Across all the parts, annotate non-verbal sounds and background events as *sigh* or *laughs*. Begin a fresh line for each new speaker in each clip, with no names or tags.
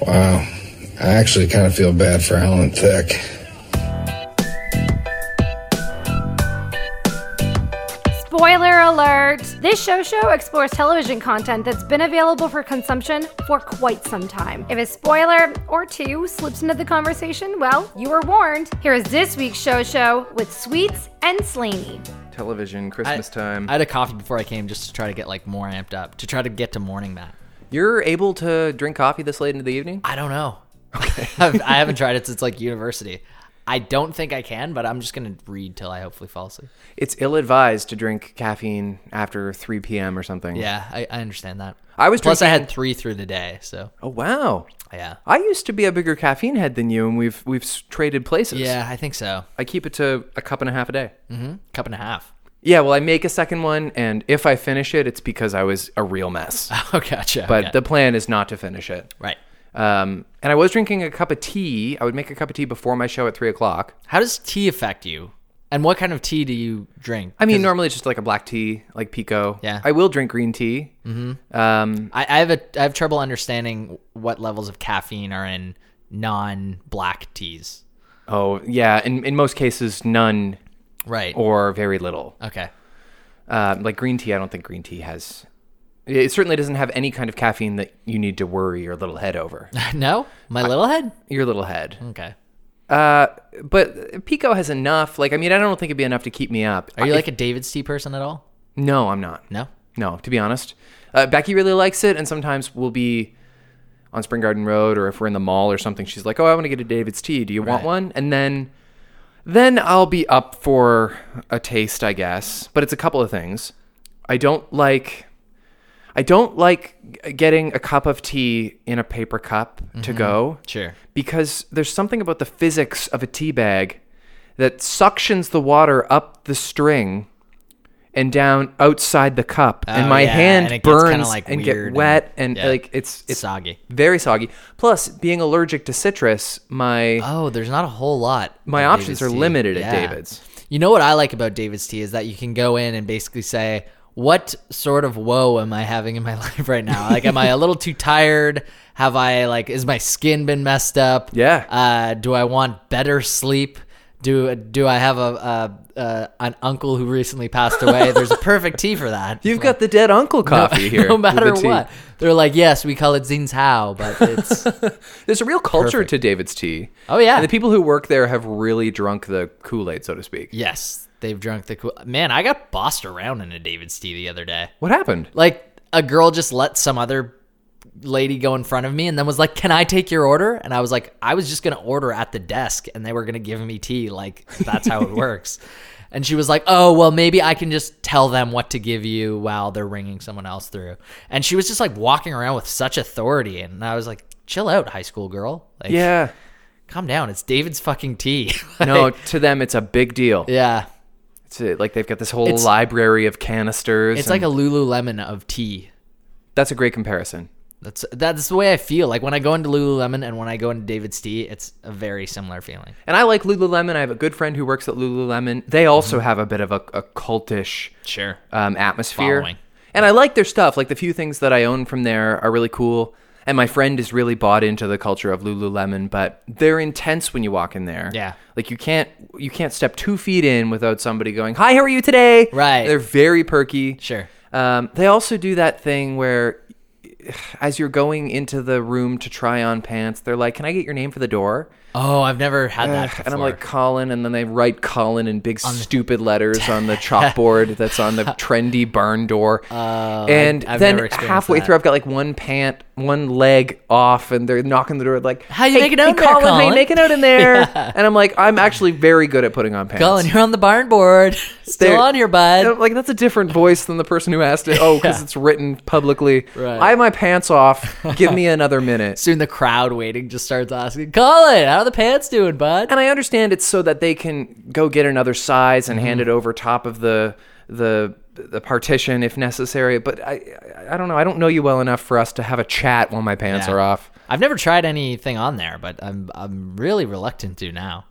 Wow. I actually kind of feel bad for Helen Thick.
Spoiler alert! This show show explores television content that's been available for consumption for quite some time. If a spoiler or two slips into the conversation, well, you were warned. Here is this week's show show with Sweets and Slaney.
Television, Christmas time.
I had a coffee before I came just to try to get like more amped up to try to get to morning Matt.
You're able to drink coffee this late into the evening?
I don't know. *laughs* I've- I haven't tried it since like university. I don't think I can, but I'm just gonna read till I hopefully fall asleep.
It's ill advised to drink caffeine after 3 p.m. or something.
Yeah, I, I understand that.
I was
plus I
drinking-
had three through the day, so
Oh, wow.
yeah,
I used to be a bigger caffeine head than you, and we've we've s- traded places.
yeah, I think so.
I keep it to a cup and a half a day.
Cup and a half. *laughs*
Yeah, well, I make a second one, and if I finish it, it's because I was a real
*laughs*
mess.
Oh, gotcha.
But
okay.
the plan is not to finish it.
right.
Um, and I was drinking a cup of tea. I would make a cup of tea before my show at three o'clock.
How does tea affect you? And what kind of tea do you drink?
I mean, normally it's just like a black tea, like Pico.
Yeah.
I will drink green tea. Mm-hmm. Um,
I, I have a I have trouble understanding what levels of caffeine are in non-black teas.
oh, yeah. In, in most cases, none
Right.
or very little.
okay. *laughs*
Um, like green tea, I don't think green tea has. It certainly doesn't have any kind of caffeine that you need to worry your little head over.
no, my little head.
your little head.
Okay.
Uh, but Pico has enough. Like, I mean, I don't think it'd be enough to keep me up.
Are you
I-
like a David's tea person at all?
No, I'm not.
No.
No, to be honest. Uh, Becky really likes it, and sometimes we'll be on Spring Garden Road or if we're in the mall or something, she's like, Oh, I want to get a David's tea. Do you want
Right.
one? And then then I'll be up for a taste, I guess. But it's a couple of things. I don't like I don't like g- getting a cup of tea in a paper cup to go
Sure.
because there's something about the physics of a tea bag that suctions the water up the string and down outside the cup, and
Oh,
my
yeah,
hand
and it gets kinda,
burns
like,
and
weird
get
and-
wet, and,
yeah.
like it's it's
Soggy.
very soggy. Plus, being allergic to citrus, my
Oh, there's not a whole lot.
my
of
options
David's
are
tea.
limited at
Yeah.
David's.
You know what I like about David's tea is that you can go in and basically say, "What sort of woe am I having in my *laughs* life right now? Like, am I a little too tired? Have I like is my skin been messed up?
Yeah.
Uh, do I want better sleep? Do do I have a, a uh, an uncle who recently passed away? There's a perfect tea for that.
*laughs* You've got the dead uncle coffee here.
*laughs* no
with the
matter
tea.
what. They're like, yes, we call it Zin's How, but
*laughs*
it's
there's a real culture to David's tea.
Oh, yeah.
and the people who work there have really drunk the Kool Aid, so to speak.
yes, they've drunk the cool. Man, I got bossed around in a David's tea the other day.
What happened?
Like a girl just let some other lady go in front of me and then was like, "Can I take your order?" And I was like, "I was just gonna order at the desk, and they were gonna give me tea. Like that's how
*laughs*
it works." And she was like, "Oh well, maybe I can just tell them what to give you while they're ringing someone else through." And she was just like walking around with such authority, and I was like, "Chill out, high school girl. Like, *laughs*
Yeah,
calm down. It's David's fucking tea." *laughs*
no, to them it's a big deal.
yeah.
It's uh, like they've got this whole
It's-
library of canisters.
It's like
and-
a Lululemon of tea.
that's a great comparison.
That's that's the way I feel. Like when I go into Lululemon and when I go into David's Tea, it's a very similar feeling.
And I like Lululemon. I have a good friend who works at Lululemon. They also have a bit of a, a cultish
Mm-hmm. Sure.
um, atmosphere.
Following.
And I like their stuff. Like the few things that I own from there are really cool. And my friend is really bought into the culture of Lululemon, but they're intense when you walk in there.
Yeah.
like you can't you can't step two feet in without somebody going, "Hi, how are you today?"
Right.
They're very perky.
Sure.
Um, they also do that thing where, as you're going into the room to try on pants, they're like, "Can I get your name for the door?"
Oh, I've never had that. Before.
And I'm like Colin, and then they write Colin in big stupid letters on
*laughs*
the chalkboard that's on the trendy barn door. and
Oh, I've
then
never experienced
halfway
that.
through, I've got like one pant, one leg off, and they're knocking the door like,
How you
hey,
making
hey,
out there,
Colin, How you
Colin?"
making out in
*laughs*
there?" And I'm like, "I'm actually very good at putting on pants."
Colin, you're on the barn board.
*laughs*
Still
They're-
on here,
And I'm
bud.
like that's a different voice than the person who
*laughs*
asked it. Oh, because
Yeah.
it's written publicly.
Right.
I have my pants off. Give
*laughs*
me another minute.
Soon the crowd waiting just starts asking, Colin, how are the pants doing, bud?
and I understand it's so that they can go get another size and hand it
Mm-hmm.
over top of the the the partition if necessary. But I I- I don't know. I don't know you well enough for us to have a chat while my pants
Yeah.
are off. *laughs*
I've never tried anything on there, but I'm I'm really reluctant to now.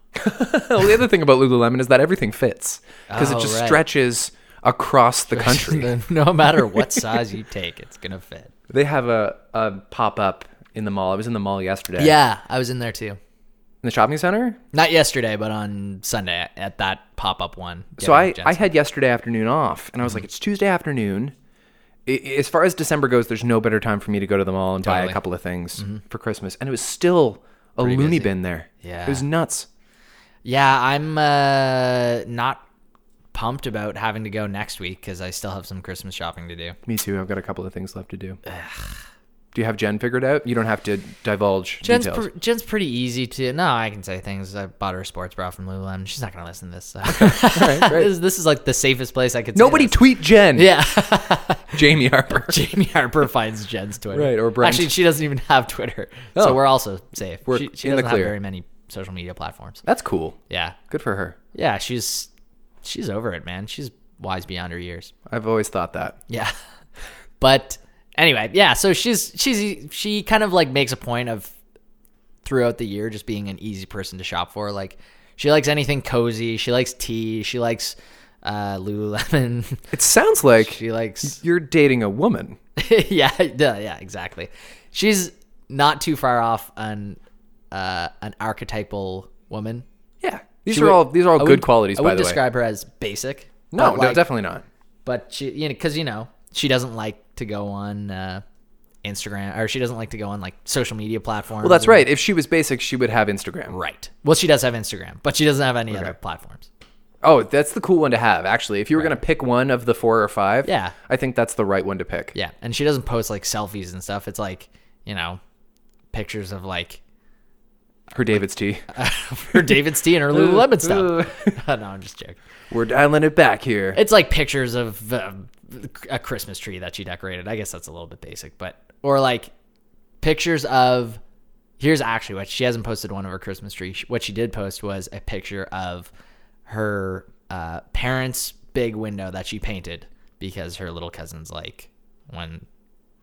Well, the other thing about Lululemon is that everything fits because
Oh,
it just
right.
stretches across the
*laughs*
country.
no matter what size you take, it's gonna fit.
they have a, a pop up in the mall. I was in the mall yesterday.
Yeah, I was in there too.
In the shopping center.
Not yesterday, but on Sunday at that pop up one.
so
Yeah,
I,
Jensen. Mm-hmm.
I had yesterday afternoon off and i was like it's tuesday afternoon I- I- as far as december goes there's no better time for me to go to the mall and buy
Totally. Mm-hmm.
a couple of things for christmas and it was still a loony bin there
Yeah.
it was nuts
Yeah, I'm uh, not pumped about having to go next week because I still have some Christmas shopping to do.
me too i've got a couple of things left to do do you have jen figured out you don't have to divulge
Jen's,
details
pr- Jen's pretty easy to. No, I can say things. I bought her a sports bra from Lululemon. She's not gonna listen to this. So. *laughs* this, this is like the safest place I could. Say
nobody
this.
tweet jen
*laughs* yeah,
jamie harper
Jamie Harper finds Jen's Twitter.
Right, or Brent.
actually, she doesn't even have Twitter, so
Oh.
we're also safe.
We're
she she
in the
doesn't have
clear.
very many social media platforms.
that's cool
Yeah,
good for her
yeah, she's she's over it, man. She's wise beyond her years.
i've always thought that
Yeah. *laughs* But anyway, yeah, so she's she's she kind of like makes a point of throughout the year just being an easy person to shop for. Like she likes anything cozy, she likes tea, she likes uh Lululemon. *laughs*
it sounds like
She likes *laughs*
you're dating a woman
Yeah, yeah, yeah, exactly. She's not too far off on uh an archetypal woman.
yeah these
She
are
would-
all these are all
I
good
wouldn't-
qualities
I
by
wouldn't
the way
describe her as basic.
no,
but,
no
like,
definitely not
but she you know because you know she doesn't like to go on uh, instagram or she doesn't like to go on like social media platforms
Well, that's right. If she was basic, she would have Instagram.
right well she does have instagram but she doesn't have any other platforms
Oh, that's the cool one to have, actually. If you were going to pick one of the four or five,
Yeah.
I think that's the right one to pick.
yeah and she doesn't post like selfies and stuff it's like you know pictures of like *laughs*
Her David's tea.
her david's tea
*laughs*
and her lululemon stuff *laughs* no i'm just joking
We're dialing it back here.
it's like pictures of uh, a christmas tree that she decorated i guess that's a little bit basic but or like pictures of here's actually what she hasn't posted one of her christmas tree She- what she did post was a picture of her uh, parents big window that she painted because her little cousin's like when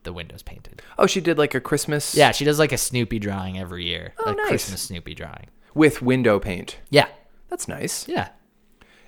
the window's painted
oh, she did like a Christmas
yeah she does like a snoopy drawing every year oh, like
nice.
christmas snoopy drawing
with window paint.
yeah
That's nice.
yeah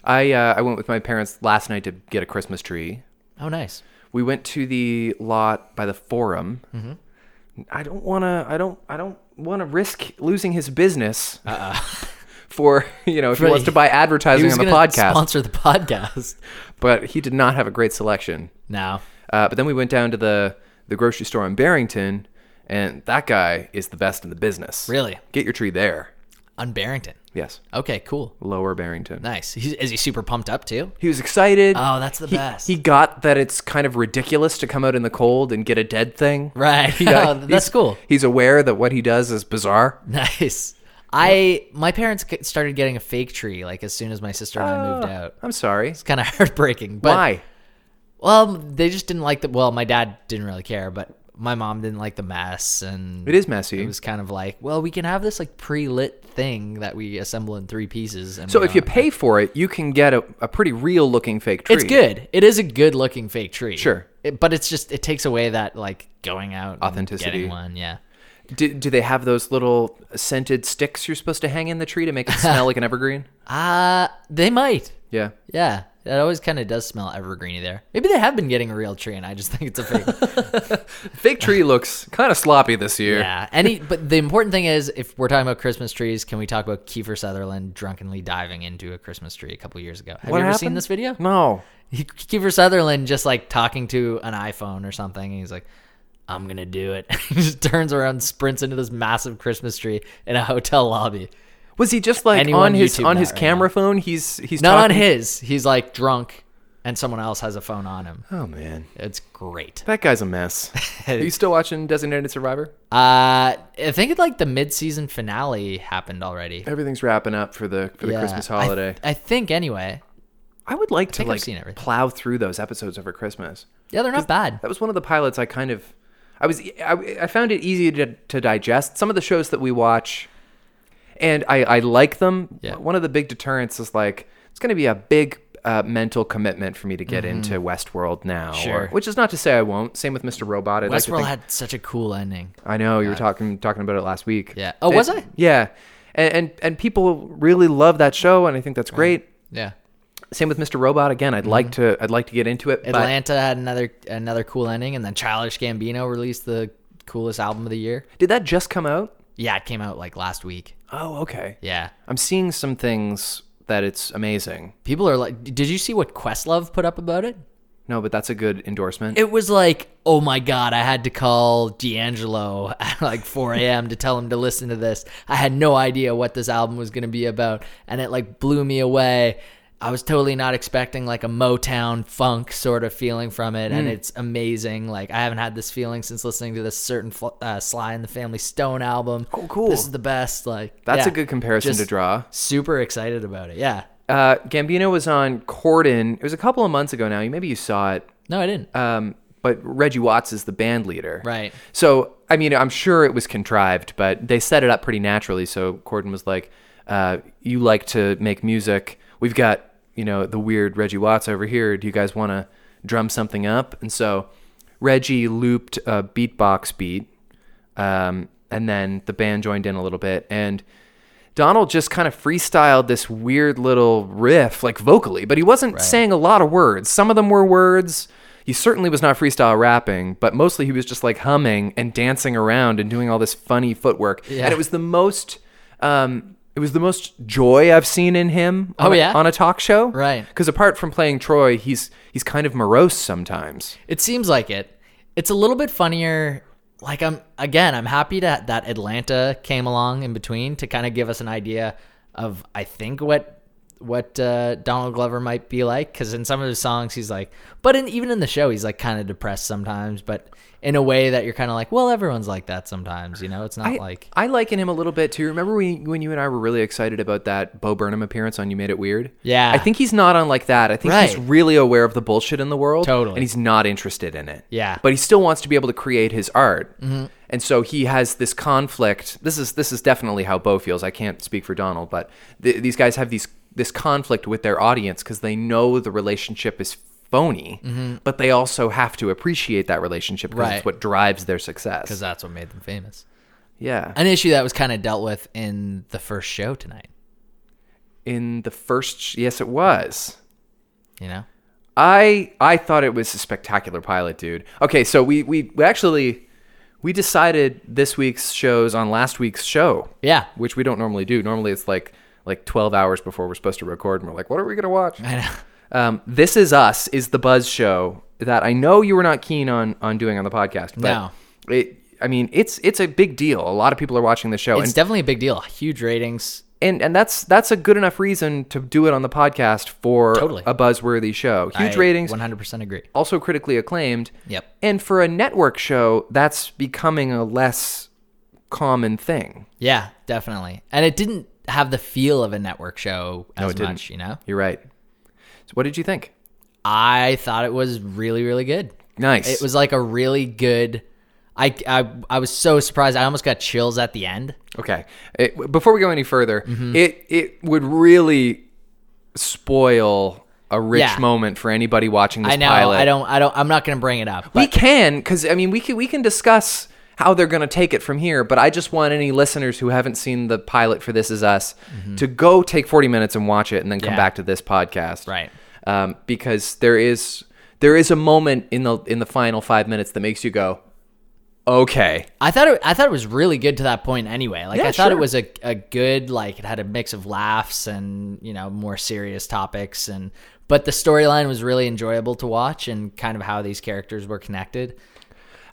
I, uh, I went with my parents last night to get a Christmas tree.
oh nice
We went to the lot by the forum.
Mm-hmm.
I don't want to. I don't. I don't want to risk losing his business. *laughs* For you know, if he
Right.
wants to buy
Uh-uh. he
advertising
was
on the
gonna
podcast,
sponsor the *laughs* podcast
but he did not have a great selection.
no
Uh, but then we went down to the the grocery store in Barrington, and that guy is the best in the business.
Really?
Get your tree there.
on barrington
Yes,
Okay, cool.
Lower Barrington.
Nice. He's, is he super pumped up too?
He was excited.
Oh, that's the
He-
best.
He got that it's kind of ridiculous to come out in the cold and get a dead thing.
Right.
He got-
Oh, *laughs* that's
he's-
cool.
He's aware that what he does is bizarre.
*laughs* Nice. I my parents g- started getting a fake tree like as soon as my sister and I moved out.
I'm sorry.
It's kind of *laughs* heartbreaking. But,
Oh. Why?
Well, they just didn't like the. Well, my dad didn't really care, but my mom didn't like the mess, and
It is messy.
It was kind of like, well, we can have this like pre-lit thing that we assemble in three pieces. And
so
we
if you
don't-
pay for it, you can get a, a pretty real looking fake tree.
it's good. It is a good-looking fake tree.
Sure.
It- but it's just it takes away that like going out and
Authenticity.
getting one. Yeah.
Do, do they have those little scented sticks you're supposed to hang in the tree to make it smell
*laughs*
like an evergreen?
Uh they might.
Yeah.
Yeah, it always kind of does smell evergreeny there. Maybe they have been getting a real tree, and I just *laughs* think it's
*laughs*
a fake.
Fig tree looks kind of sloppy this year.
yeah. Any, but the important thing is, if we're talking about Christmas trees, can we talk about Kiefer Sutherland drunkenly diving into a Christmas tree a couple years ago? Have
What
you ever
happened?
seen this video?
No.
He, Kiefer Sutherland just like talking to an iPhone or something, and he's like, "I'm gonna do it." *laughs* he just turns around, sprints into this massive Christmas tree in a hotel lobby.
Was he just like
Anyone
on his
YouTube
on
that
his
right
camera phone? He's he's
Not on
talking-
his. He's like drunk, and someone else has a phone on him.
Oh man,
It's great.
that guy's a
*laughs*
mess. Are you still watching Designated Survivor?
Uh, I think it, like the mid-season finale happened already.
Everything's wrapping up for the for the
Yeah.
Christmas
I-
holiday.
I, think anyway.
I, would like to
think I've
like
seen everything.
plow through those episodes over Christmas.
Yeah, they're not bad.
That was one of the pilots I kind of I was I, I found it easy to, to digest. Some of the shows that we watch and I, I like them.
Yeah.
One of the big deterrents is like it's going to be a big uh, mental commitment for me to get into Westworld now.
Mm-hmm. Sure.
which is not to say I won't. Same with Mr. Robot. I'd like to
Westworld
think-
had such a cool ending.
I know you were talking talking about it last week.
Yeah. Oh, was
And-
I?
Yeah. And, and and people really love that show, and I think that's great.
Yeah,
Same with Mr. Robot. Again,
Mm-hmm.
I'd like to I'd like to get into it. but-
Atlanta had another another cool ending, and then Childish Gambino released the coolest album of the year.
Did that just come out?
Yeah, it came out like last week.
Oh, okay.
Yeah.
I'm seeing some things that it's amazing.
People are like, did you see what Questlove put up about it?
No, but that's a good endorsement.
It was like, oh my God, I had to call D'Angelo *laughs* at like 4 a.m. to tell him to listen to this. I had no idea what this album was going to be about. And it like blew me away. I was totally not expecting like a Motown funk sort of feeling from it.
Hmm.
And it's amazing. Like, I haven't had this feeling since listening to this certain fl- uh, Sly and the Family Stone album. Oh,
cool.
This is the best. Like,
that's a
yeah,
good comparison to
just
draw.
Super excited about it. Yeah.
Uh, Gambino was on Corden. It was a couple of months ago now. You Maybe you saw it.
No, I didn't.
Um, but Reggie Watts is the band leader.
Right.
So, I mean, I'm sure it was contrived, but they set it up pretty naturally. So Corden was like, uh, you like to make music. We've got, you know, the weird Reggie Watts over here. Do you guys want to drum something up? And so Reggie looped a beatbox beat. Um, and then the band joined in a little bit. And Donald just kind of freestyled this weird little riff, like vocally, but he wasn't saying a lot of words. Some of them were words. He certainly was not freestyle rapping, but mostly he was just like humming and dancing around and doing all this funny footwork. And it was the most, um, it was the most joy I've seen in him. On
Oh,
a-
yeah?
on a talk show,
Right.
Because apart from playing Troy, he's he's kind of morose sometimes.
It seems like it. It's a little bit funnier. Like I'm again, I'm happy that that Atlanta came along in between to kind of give us an idea of I think what what uh, Donald Glover might be like because in some of his songs he's like, but in, even in the show he's like kind of depressed sometimes, but in a way that you're kind of like, well, everyone's like that sometimes, you know? It's
*laughs*
not
I,
like
I liken him a little bit too. Remember we, when you and I were really excited about that Bo Burnham appearance on You Made It Weird?
Yeah.
I think he's not unlike that. I think he's
Right.
really aware of the bullshit in the world.
Totally.
And he's not interested in it.
Yeah. Mm-hmm.
But he still wants to be able to create his art. And so he has this conflict. This is this is definitely how Bo feels. I can't speak for Donald, but th- these guys have these this conflict with their audience because they know the relationship is phony, but they also have to appreciate that relationship because
Mm-hmm. Right.
it's what drives their success.
because that's what made them famous.
yeah.
An issue that was kind of dealt with in the first show tonight,
in the first sh- yes it was
you know?
i i thought it was a spectacular pilot dude okay so we we, we actually we decided this week's shows on last week's show
Yeah.
which we don't normally do normally it's like like 12 hours before we're supposed to record and we're like what are we gonna watch
I know.
um, this is us is the buzz show that i know you were not keen on on doing on the podcast but
No.
it i mean it's it's a big deal a lot of people are watching the show
It's
and
definitely a big deal. Huge ratings.
and and that's that's a good enough reason to do it on the podcast for
Totally.
a buzzworthy show. Huge ratings,
100% agree.
also critically acclaimed.
Yep.
And for a network show, that's becoming a less common thing.
Yeah, definitely. And it didn't have the feel of a network show as
it didn't.
much, you know?
You're right. So what did you think?
I thought it was really, really good.
Nice.
It was like a really good. I, I, I was so surprised. I almost got chills at the end.
Okay. It, before we go any further,
Mm-hmm.
it it would really spoil a rich
Yeah.
moment for anybody watching this
I know.
pilot.
I don't. I don't. I'm not going to bring it up.
we
But
can because i mean we can we can discuss how they're going to take it from here but i just want any listeners who haven't seen the pilot for this is us to go take 40 minutes and watch it and then come
Mm-hmm. Yeah.
back to this podcast
Right.
um, because there is there is a moment in the in the final five minutes that makes you go okay
I thought it, I thought it was really good to that point anyway. Like
Yeah,
I thought it
sure.
was a, a good like it had a mix of laughs and you know more serious topics and but the storyline was really enjoyable to watch and kind of how these characters were connected.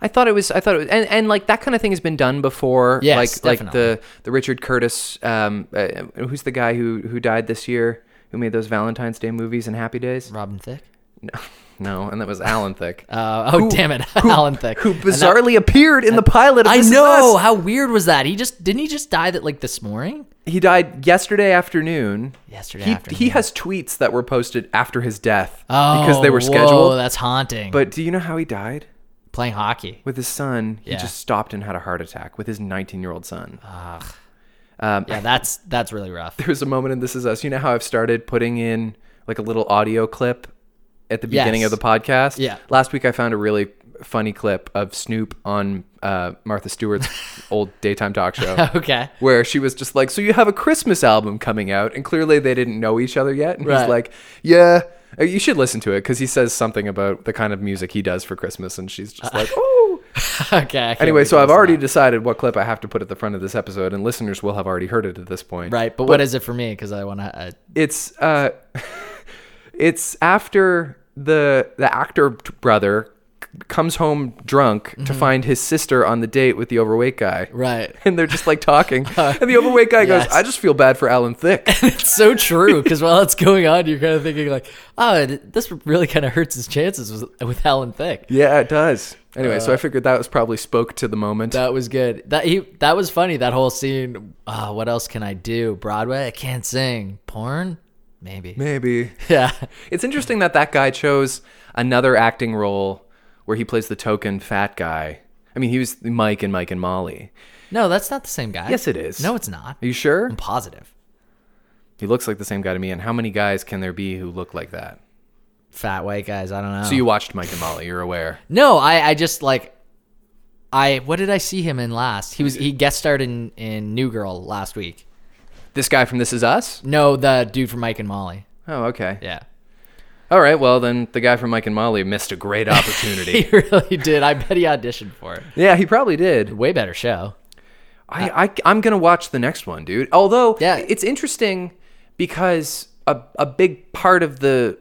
I thought it was. I thought it was, and, and like that kind of thing has been done before.
Yes,
like like
definitely.
the the Richard Curtis, um, uh, who's the guy who who died this year, who made those Valentine's Day movies and Happy Days.
Robin Thicke.
No, no, and that was Alan Thick.
Uh, oh damn it, Alan Thicke.
who
And that-
bizarrely appeared in the pilot. Of
I
This Is
know
Us.
how weird was that. He just didn't he just die that like this morning.
he died yesterday afternoon.
Yesterday
he,
afternoon.
He has tweets that were posted after his death
Oh,
because they were
whoa,
scheduled.
that's haunting. But
but do you know how he died?
playing hockey.
With his son, he
Yeah. Ah.
just stopped and had a heart attack with his 19 year old son. Um,
Yeah, that's that's really rough. *laughs*
There was a moment in This Is Us. You know how I've started putting in like a little audio clip at the beginning
Yes.
of the podcast?
Yeah.
Last week I found a really funny clip of Snoop on uh, Martha
*laughs*
Stewart's old daytime talk show.
Okay. *laughs*
where she was just like, "So you have a Christmas album coming out," and clearly they didn't know each other yet. And
Right.
he's like, "Yeah,
*laughs*
uh, you should listen to it because he says something about the kind of music he does for Christmas," and she's just like, "Oh."
okay. I can't
Anyway,
wait
so
to
I've
listen
already
to
decided what clip I have to put at the front of this episode, and listeners will have already heard it at this point.
that. right, but, what is it for me? Because I want to. Uh,
It's uh, *laughs* it's after the the actor t- brother c- comes home drunk to find his sister on the date with the overweight guy.
Mm-hmm. right.
*laughs* And they're just like
*laughs*
talking, and the overweight guy
yes.
goes, "I just feel bad for Alan Thick."
It's so true because while it's going on, you're kind of thinking like, oh, th- this really kind of hurts his chances with, with Alan Thick.
yeah, it does. Anyway, so I figured that was probably spoke to the moment.
Uh, That was good. That he that was funny. That whole scene. Ah, what else can I do? Broadway? I can't sing. Porn? Maybe.
Maybe
*laughs* Yeah.
It's interesting that that guy chose another acting role where he plays the token fat guy. I mean, he was Mike and Mike and Molly.
No, that's not the same guy.
Yes, it is.
No, it's not.
Are you sure?
I'm positive.
He looks like the same guy to me. And how many guys can there be who look like that?
Fat white guys. I don't know.
So you watched Mike and Molly. You're aware.
No, I I just like I what did I see him in last? He was he guest starred in in New Girl last week.
This guy from This Is Us.
No, the dude from Mike and Molly.
Oh, okay.
Yeah.
All right. Well, then the guy from Mike and Molly missed a great opportunity.
*laughs* He really did. I bet he auditioned for it.
yeah, he probably did.
Way better show.
I, I I'm gonna watch the next one, dude. Although
Yeah.
it's interesting because a a big part of the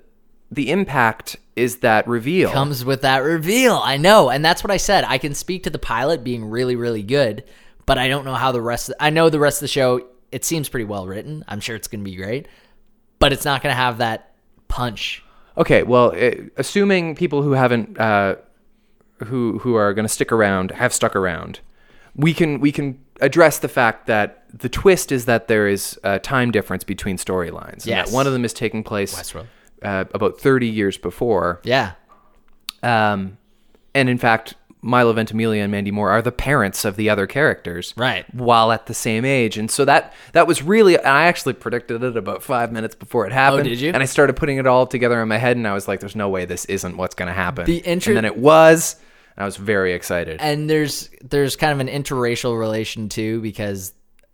the impact is that reveal.
Comes with that reveal. I know. And that's what I said. I can speak to the pilot being really really good, but I don't know how the rest I know the rest of the show it seems pretty well written. I'm sure it's going to be great, but it's not going to have that punch.
okay, well, eh, assuming people who haven't uh, who who are gonna stick around have stuck around, we can we can address the fact that the twist is that there is a time difference between storylines. and that
Yes.
one of them is taking place
Westworld.
uh, about 30 years before.
Yeah.
Um, and in fact, Milo Ventimiglia and Mandy Moore are the parents of the other characters,
Right.
While at the same age, and so that that was really. And I actually predicted it about five minutes before it happened.
Oh, did you?
And I started putting it all together in my head, and I was like, "There's no way this isn't what's going to happen."
The intro-
and then it was. And I was very excited.
and there's there's kind of an interracial relation too because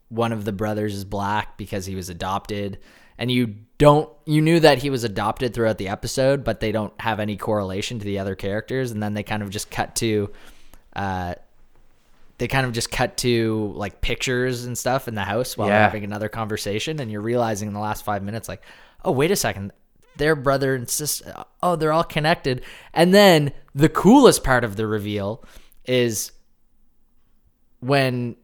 one of the brothers is black because he was adopted and you don't you knew that he was adopted throughout the episode but they don't have any correlation to the other characters and then they kind of just cut to uh they kind of just cut to like pictures and stuff in the house while they're
Yeah.
having another conversation and you're realizing in the last five minutes like oh wait a second their brother and sister oh they're all connected and then the coolest part of the reveal is when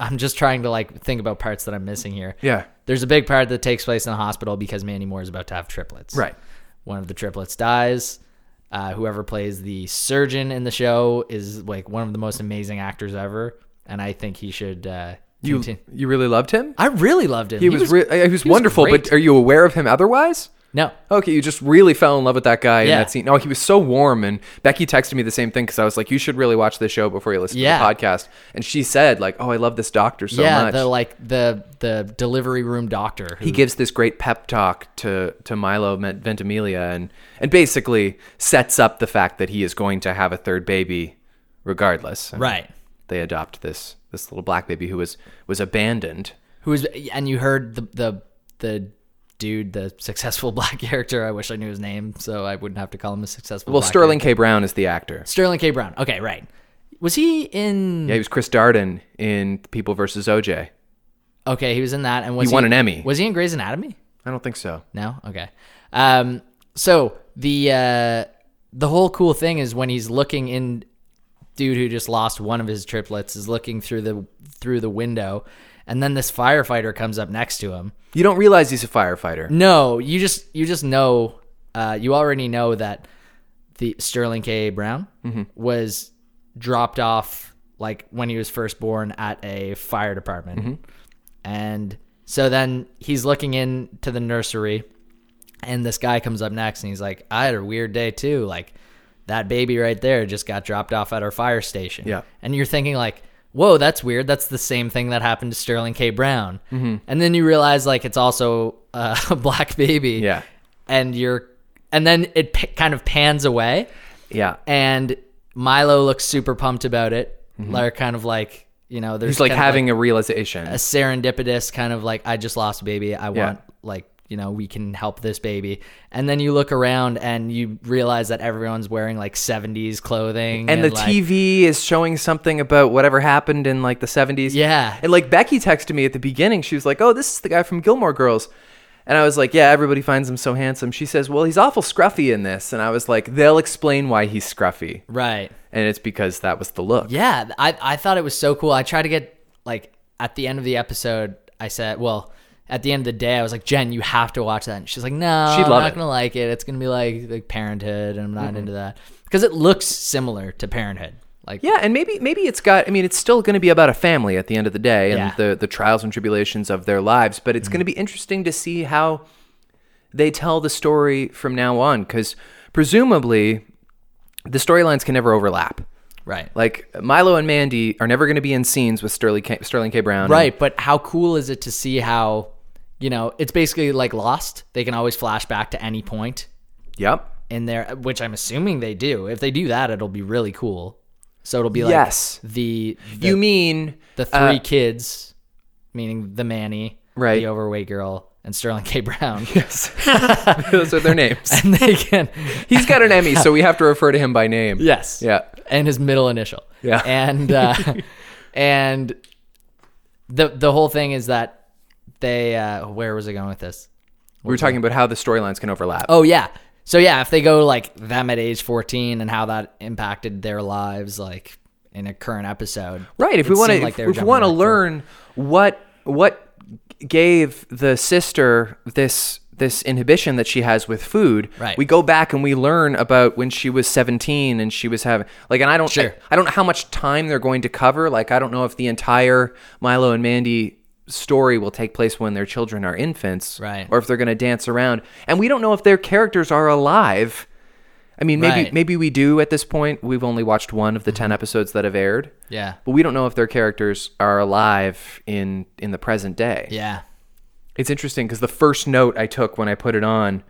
i'm just trying to like think about parts that i'm missing here
yeah,
there's a big part that takes place in the hospital because mandy moore is about to have triplets
right.
one of the triplets dies. Uh, whoever plays the surgeon in the show is like one of the most amazing actors ever, and I think he should. Uh,
You
continue.
you really loved him.
I really loved him.
he, was re- uh, he was wonderful.
great.
But are you aware of him otherwise?
no,
Okay, you just really fell in love with that guy in
Yeah.
that scene. No, he was so warm, and Becky texted me the same thing because I was like, "You should really watch this show before you listen to
Yeah.
the podcast." And she said, "Like, oh, I love this doctor so
yeah,
much.
the like the the delivery room doctor. Who,
he gives this great pep talk to to Milo Ment- Ventimiglia, and and basically sets up the fact that he is going to have a third baby, regardless. And
*laughs* right,
They adopt this this little black baby who was was abandoned.
who is and you heard the the the dude, the successful *laughs* black character. I wish I knew his name so I wouldn't have to call him a successful.
Well,
black
Sterling K. Brown is the actor.
character. Sterling K. Brown. Okay, right. Was he in?
Yeah, he was Chris Darden in People versus OJ.
Okay, he was in that, and was
He won an Emmy.
Was he in Grey's Anatomy?
I don't think so.
No, okay. Um, so the uh, the whole cool thing is when he's looking in, dude who just lost one of his triplets is looking through the through the window, and then this firefighter comes up next to him.
You don't realize he's a firefighter.
No, you just you just know, uh, you already know that the Sterling K. Brown was dropped off like when he was first born at a fire department, and so then he's looking into the nursery, and this guy comes up next and he's like, "I had a weird day too. Like that baby right there just got dropped off at our fire station."
Yeah.
and you're thinking like. Whoa, that's weird. That's the same thing that happened to Sterling K. Brown. And then you realize like it's also uh, *laughs* a black baby.
Yeah.
and you're, and then it p- kind of pans away,
Yeah.
and Milo looks super pumped about it. They're kind of like, you know, there's
Mm-hmm. He's like
kind of
having a realization.
a serendipitous kind of like, I just lost a baby. I want like you know, we can help this baby. And then you look around and you realize that everyone's wearing like 70s clothing.
and the
like-
TV is showing something about whatever happened in like the 70s.
Yeah.
And like Becky texted me at the beginning, she was like, "Oh, this is the guy from Gilmore Girls." And I was like, "Yeah, everybody finds him so handsome." She says, "Well, he's awful scruffy in this." And I was like, "They'll explain why he's scruffy."
Right.
And it's because that was the look.
Yeah, th- I I thought it was so cool. I tried to get like at the end of the episode, I said, well, at the end of the day, I was like, Jen, you have to watch that. And she's like, No,
She'd
I'm
love
not
it. Mm-hmm.
gonna like it. It's gonna be like like Parenthood, and I'm not into that because it looks similar to Parenthood. Like,
Yeah, and maybe maybe it's got. I mean, it's still going to be about a family at the end of the day and
Yeah. Mm-hmm.
the the trials and tribulations of their lives. But it's going to be interesting to see how they tell the story from now on, because presumably the storylines can never overlap.
right,
Like Milo and Mandy are never going to be in scenes with Sterling K, Sterling K. Brown.
right. But how cool is it to see how you know it's basically like Lost. They can always flash back to any point
Yep.
in there, which I'm assuming they do. If they do that, it'll be really cool. So it'll be like
Yes.
the, the
You mean *laughs*
the three kids, meaning the Manny,
Uh, Right.
the overweight girl, and Sterling
*laughs*
K. Brown.
those are their names?
*laughs* and they can,
He's got an Emmy, so we have to refer to him by name.
yes,
Yeah.
and his middle initial,
Yeah.
and
*laughs*
uh, and the the whole thing is that they uh, where was I going with this?
We were talking about how the storylines can overlap.
Oh yeah. So yeah, if they go like them at age 14 and how that impacted their lives like in a current episode.
Right. If
it
we want to,
seemed
if,
they were
if we
jumping
want to
back forth.
learn what what gave the sister this this inhibition that she has with food,
Right.
we go back and we learn about when she was seventeen and she was having like, and I don't,
Sure.
I, I don't know how much time they're going to cover. Like, I don't know if the entire Milo and Mandy story will take place when their children are infants,
Right.
Or if they're going to dance around, and we don't know if their characters are alive. I mean, maybe
Right. Mm-hmm.
maybe we do at this point. We've only watched one of the ten episodes that have aired.
Yeah.
But we don't know if their characters are alive in in the present day.
Yeah.
It's interesting because the first note I took when I put it on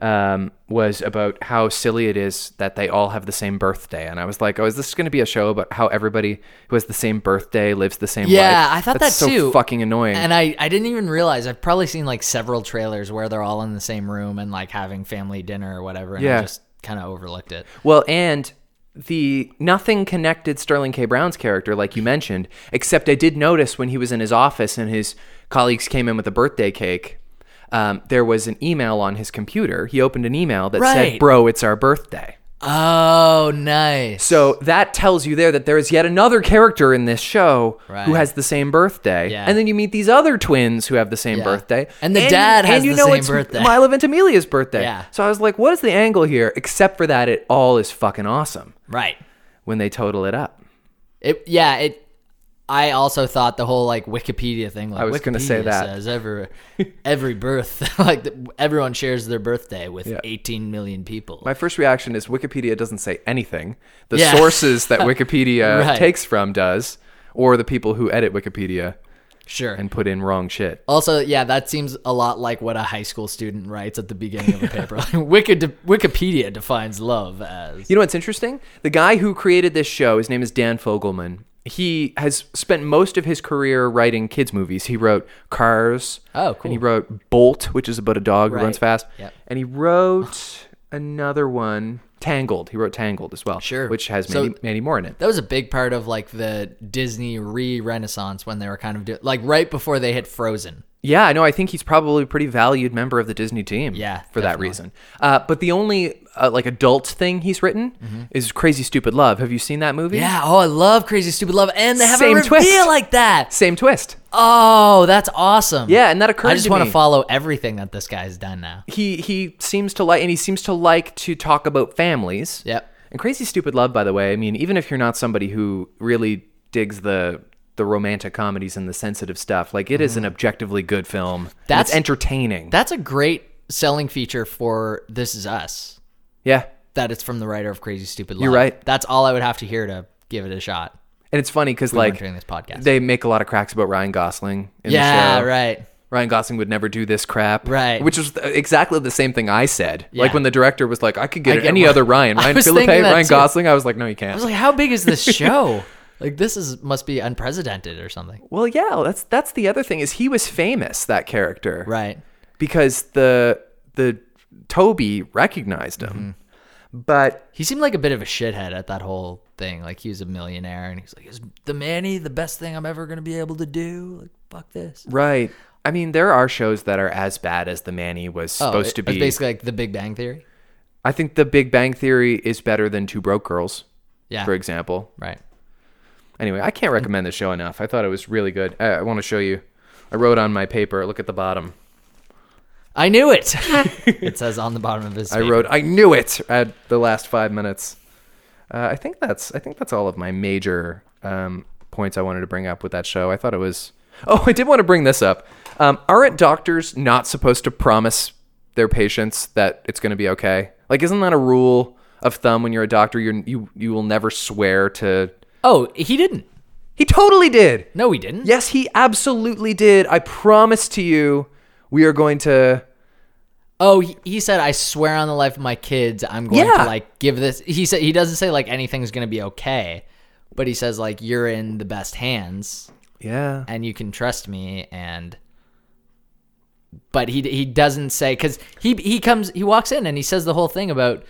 um, was about how silly it is that they all have the same birthday, and I was like, "Oh, is this going to be a show about how everybody who has the same birthday lives the same life?"
Yeah, I thought
That's
that
so
too.
fucking annoying.
And I, I didn't even realize. I've probably seen like several trailers where they're all in the same room and like having family dinner or whatever. And
Yeah.
I just kind of overlooked it.
Well, and the nothing connected Sterling K. Brown's character, like you mentioned, except I did notice when he was in his office and his colleagues came in with a birthday cake. Um, there was an email on his computer. He opened an email that said,
Right.
"Bro, it's our birthday."
Oh, nice.
So that tells you there that there is yet another character in this show who
Right.
has the same birthday,
Yeah.
and then you meet these other twins who have the same
Yeah.
birthday,
And the dad has the same
it's
birthday.
Milo Ventimiglia's birthday.
Yeah.
So I was like, "What is the angle here?" Except for that, it all is fucking awesome
Right.
when they total it up.
It. Yeah. It. I also thought the whole like Wikipedia thing. Like, I
was gonna say that.
says
*laughs*
every every birth *laughs* like the, everyone shares their birthday with 18 million people.
My first reaction is Wikipedia doesn't say anything. The
Yeah.
sources
*laughs*
that Wikipedia
Right.
takes from does, or the people who edit Wikipedia
sure.
and put in wrong shit.
Also, yeah, that seems a lot like what a high school student writes at the beginning of a paper. *laughs* Like, Wikid- Wikipedia defines love as
You know what's interesting? The guy who created this show, his name is Dan Fogelman. He has spent most of his career writing kids' movies. He wrote Cars.
Oh,
And he
cool.
wrote Bolt, which is about a dog who runs
Right.
fast.
Yep.
And he wrote another one, Tangled. He wrote Tangled as well.
Sure.
Which has
So-
Mandy, Mandy Moore in it.
that was a big part of like the Disney re-renaissance when they were kind of do- like right before they hit Frozen.
Yeah, I know. I think he's probably a pretty valued member of the Disney team.
Yeah,
for that
definitely.
reason. Uh, but the only uh, like adult thing he's written is Crazy Stupid Love. Have you seen that movie?
Mm-hmm. Yeah. Oh, I love Crazy Stupid Love, and they have
Same
a reveal
twist.
*laughs* like that.
Same twist.
Oh, that's awesome.
Yeah, and that occurred
I just
to
want
me.
to follow everything that this guy's
*laughs*
done now.
He he seems to like, and he seems to like to talk about families.
Yep.
And Crazy Stupid Love, by the way, I mean, even if you're not somebody who really digs the the romantic comedies and the sensitive stuff, like it is an objectively good film. and it's
Mm-hmm. That's-
entertaining.
That's a great selling feature for This Is Us.
yeah.
That it's from the writer of Crazy Stupid Love.
You're right.
That's all I would have to hear to give it a shot.
And it's funny because
weren't
like
doing this podcast.
they make a lot of cracks about Ryan Gosling. In
yeah,
the show.
right.
Ryan Gosling would never do this crap.
Right.
Which is exactly the same thing I said. Like
Yeah.
when the director was like, I could get,
I get
any
Ryan-
other Ryan.
*laughs* I
Ryan
was
Philippe,
thinking that
Ryan
too.
Gosling. I was like, no, you
I
can't.
was like, how big is *laughs* this show? like this is must be unprecedented or something.
well, yeah, that's that's the other thing is he was famous, that character.
Right.
because the the Toby recognized him,
Mm-hmm.
but
He seemed like a bit of a shithead at that whole thing. Like he was a millionaire, and he's like, "Is the Manny the best thing I'm ever gonna be able to do? Like, fuck this."
right. I mean, there are shows that are as bad as The Manny was
Oh,
supposed
it-
to
it's
be.
basically like The Big Bang Theory.
I think The Big Bang Theory is better than Two Broke Girls,
Yeah,
for example.
right.
Anyway, I can't recommend this show enough. I thought it was really good. I, I want to show you. I wrote on my paper. Look at the bottom.
I knew it. it says on the bottom of his.
I wrote. I knew it at the last five minutes. Uh, I think that's. I think that's all of my major um, points I wanted to bring up with that show. I thought it was. Oh, *laughs* I did want to bring this up. Um, aren't doctors not supposed to promise their patients that it's going to be okay? Like, isn't that a rule of thumb when you're a doctor? You you you will never swear to.
Oh, he didn't.
He totally did.
No, he didn't.
Yes, he absolutely did. I promise to you, we are going to.
Oh, he, he said, "I swear on the life of my kids, I'm going
Yeah.
to like give this." He said he doesn't say like anything's gonna be okay, but he says like you're in the best hands
Yeah.
and you can trust me and. But he he doesn't say because he he comes he walks in and he says the whole thing about,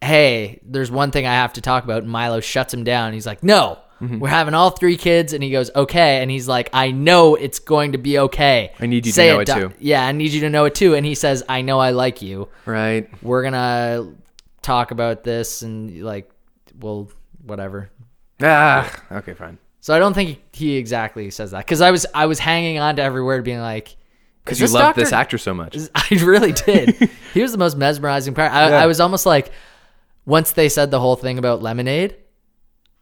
hey, there's one thing I have to talk about. And Milo shuts him down. He's like, no.
Mm-hmm.
We're having all three kids, and he goes, "Okay," and he's like, "I know it's going to be okay."
I need you to
Say
know it,
doc-
too."
Yeah, I need you to know it too. And he says, "I know I like you."
Right.
we're gonna talk about this and like we'll whatever
Ah. Okay, fine.
so i don't think he exactly says that because i was i was hanging on to every word being like
Because
"Is
you
this
love
doctor-"
this actor so much.
*laughs* i
*laughs*
really did he was the most mesmerizing part I,
Yeah.
I was almost like once they said the whole thing about lemonade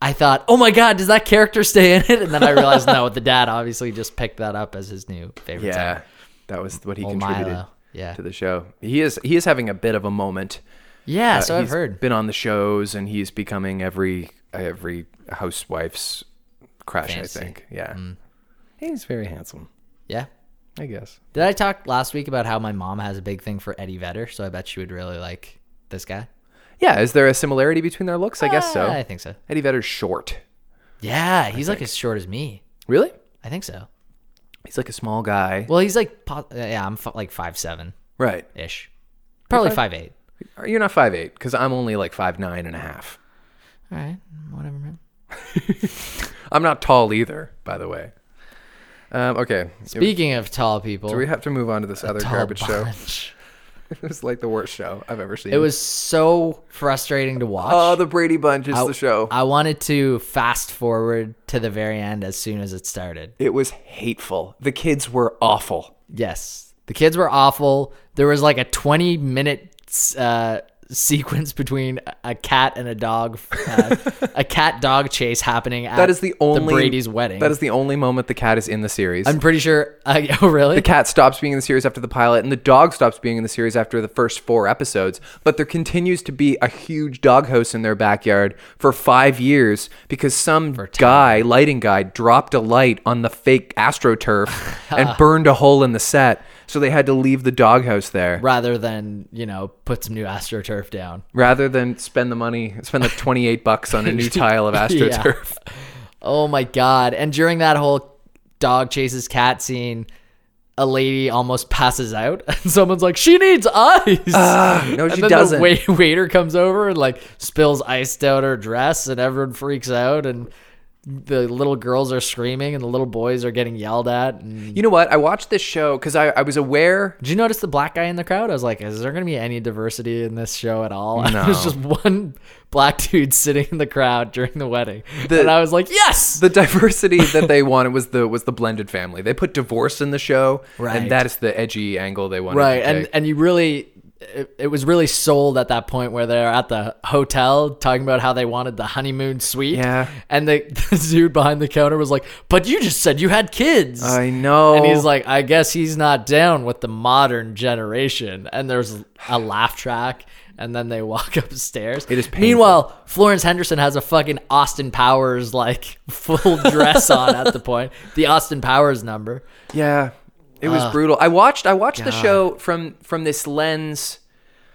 i thought oh my god does that character stay in it and then i realized no the dad obviously just picked that up as his new favorite
Yeah,
song.
that was what he
Oh,
contributed
uh, Milo. yeah
to the show. He is he is having a bit of a moment.
yeah
Uh,
so i've
he's
heard
Been on the shows, and he's becoming every every housewife's crush.
Fantasy.
I think. Yeah,
Mm.
he's very handsome.
yeah
I guess.
Did I talk last week about how my mom has a big thing for Eddie Vedder? So I bet she would really like this guy.
Yeah. Is there a similarity between their looks? I guess
Ah,
so.
I think so.
Eddie Vedder's short.
Yeah, he's like as short as me.
Really?
I think so.
He's like a small guy.
Well, he's like po- uh, yeah, I'm f- like five seven
right.
ish, probably five eight.
You're not five eight because I'm only like five nine and a half.
All right, whatever, man.
I'm not tall either, by the way. Um, okay.
Speaking of tall people,
we have to move on to this other
tall
garbage show. *laughs*
bunch.
It was like the worst show I've ever seen.
It was so frustrating to watch.
Oh, the Brady Bunch is the show.
I wanted to fast forward to the very end as soon as it started.
it was hateful. The kids were awful.
Yes. The kids were awful. There was like a 20 minute uh, sequence between a cat and a dog,
*laughs*
uh, a cat dog chase happening at
That is the only
Brady's wedding.
That is the only moment the cat is in the series.
I'm pretty sure. Uh, *laughs* oh, really?
the cat stops being in the series after the pilot, and the dog stops being in the series after the first four episodes. But there continues to be a huge doghouse in their backyard for five years because some guy, lighting guy, dropped a light on the fake astroturf *laughs* and burned a hole in the set. So they had to leave the doghouse there.
Rather than, you know, put some new AstroTurf down.
rather than spend the money, spend the 28 bucks *laughs* on a new tile of AstroTurf.
Oh my God. And during that whole dog chases cat scene, a lady almost passes out *laughs* and someone's like, she needs
*laughs*
ice.
no, she
and then
doesn't.
the wait- *laughs* waiter comes over and like spills ice down her dress, and everyone freaks out, and the little girls are screaming, and the little boys are getting yelled at. And...
you know what? I watched this show because I, I was aware.
Did you notice the black guy in the crowd? I was like, is there going to be any diversity in this show at all? *laughs* And There's just one black dude *laughs* sitting in the crowd during the wedding,
The-
and I was like, yes.
The diversity that they wanted was the was the blended family. They put divorce in the show,
Right.
and that is the edgy angle they wanted.
right
to
and
take.
and you really it, it was really sold at that point where they're at the hotel talking about how they wanted the honeymoon suite
Yeah.
and the, *laughs* the dude behind the counter was like but you just said you had kids
I know.
and he's like i guess he's not down with the modern generation and there's a laugh track and then they *laughs* walk upstairs. It
is painful.
Meanwhile, Florence Henderson has a fucking Austin Powers like full *laughs* dress on at the point. The Austin Powers number.
Yeah, it was brutal. I watched I watched the show from from this lens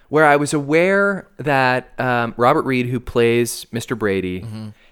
where I was aware that um, Mm-hmm. Robert Reed, who plays Mr. Brady,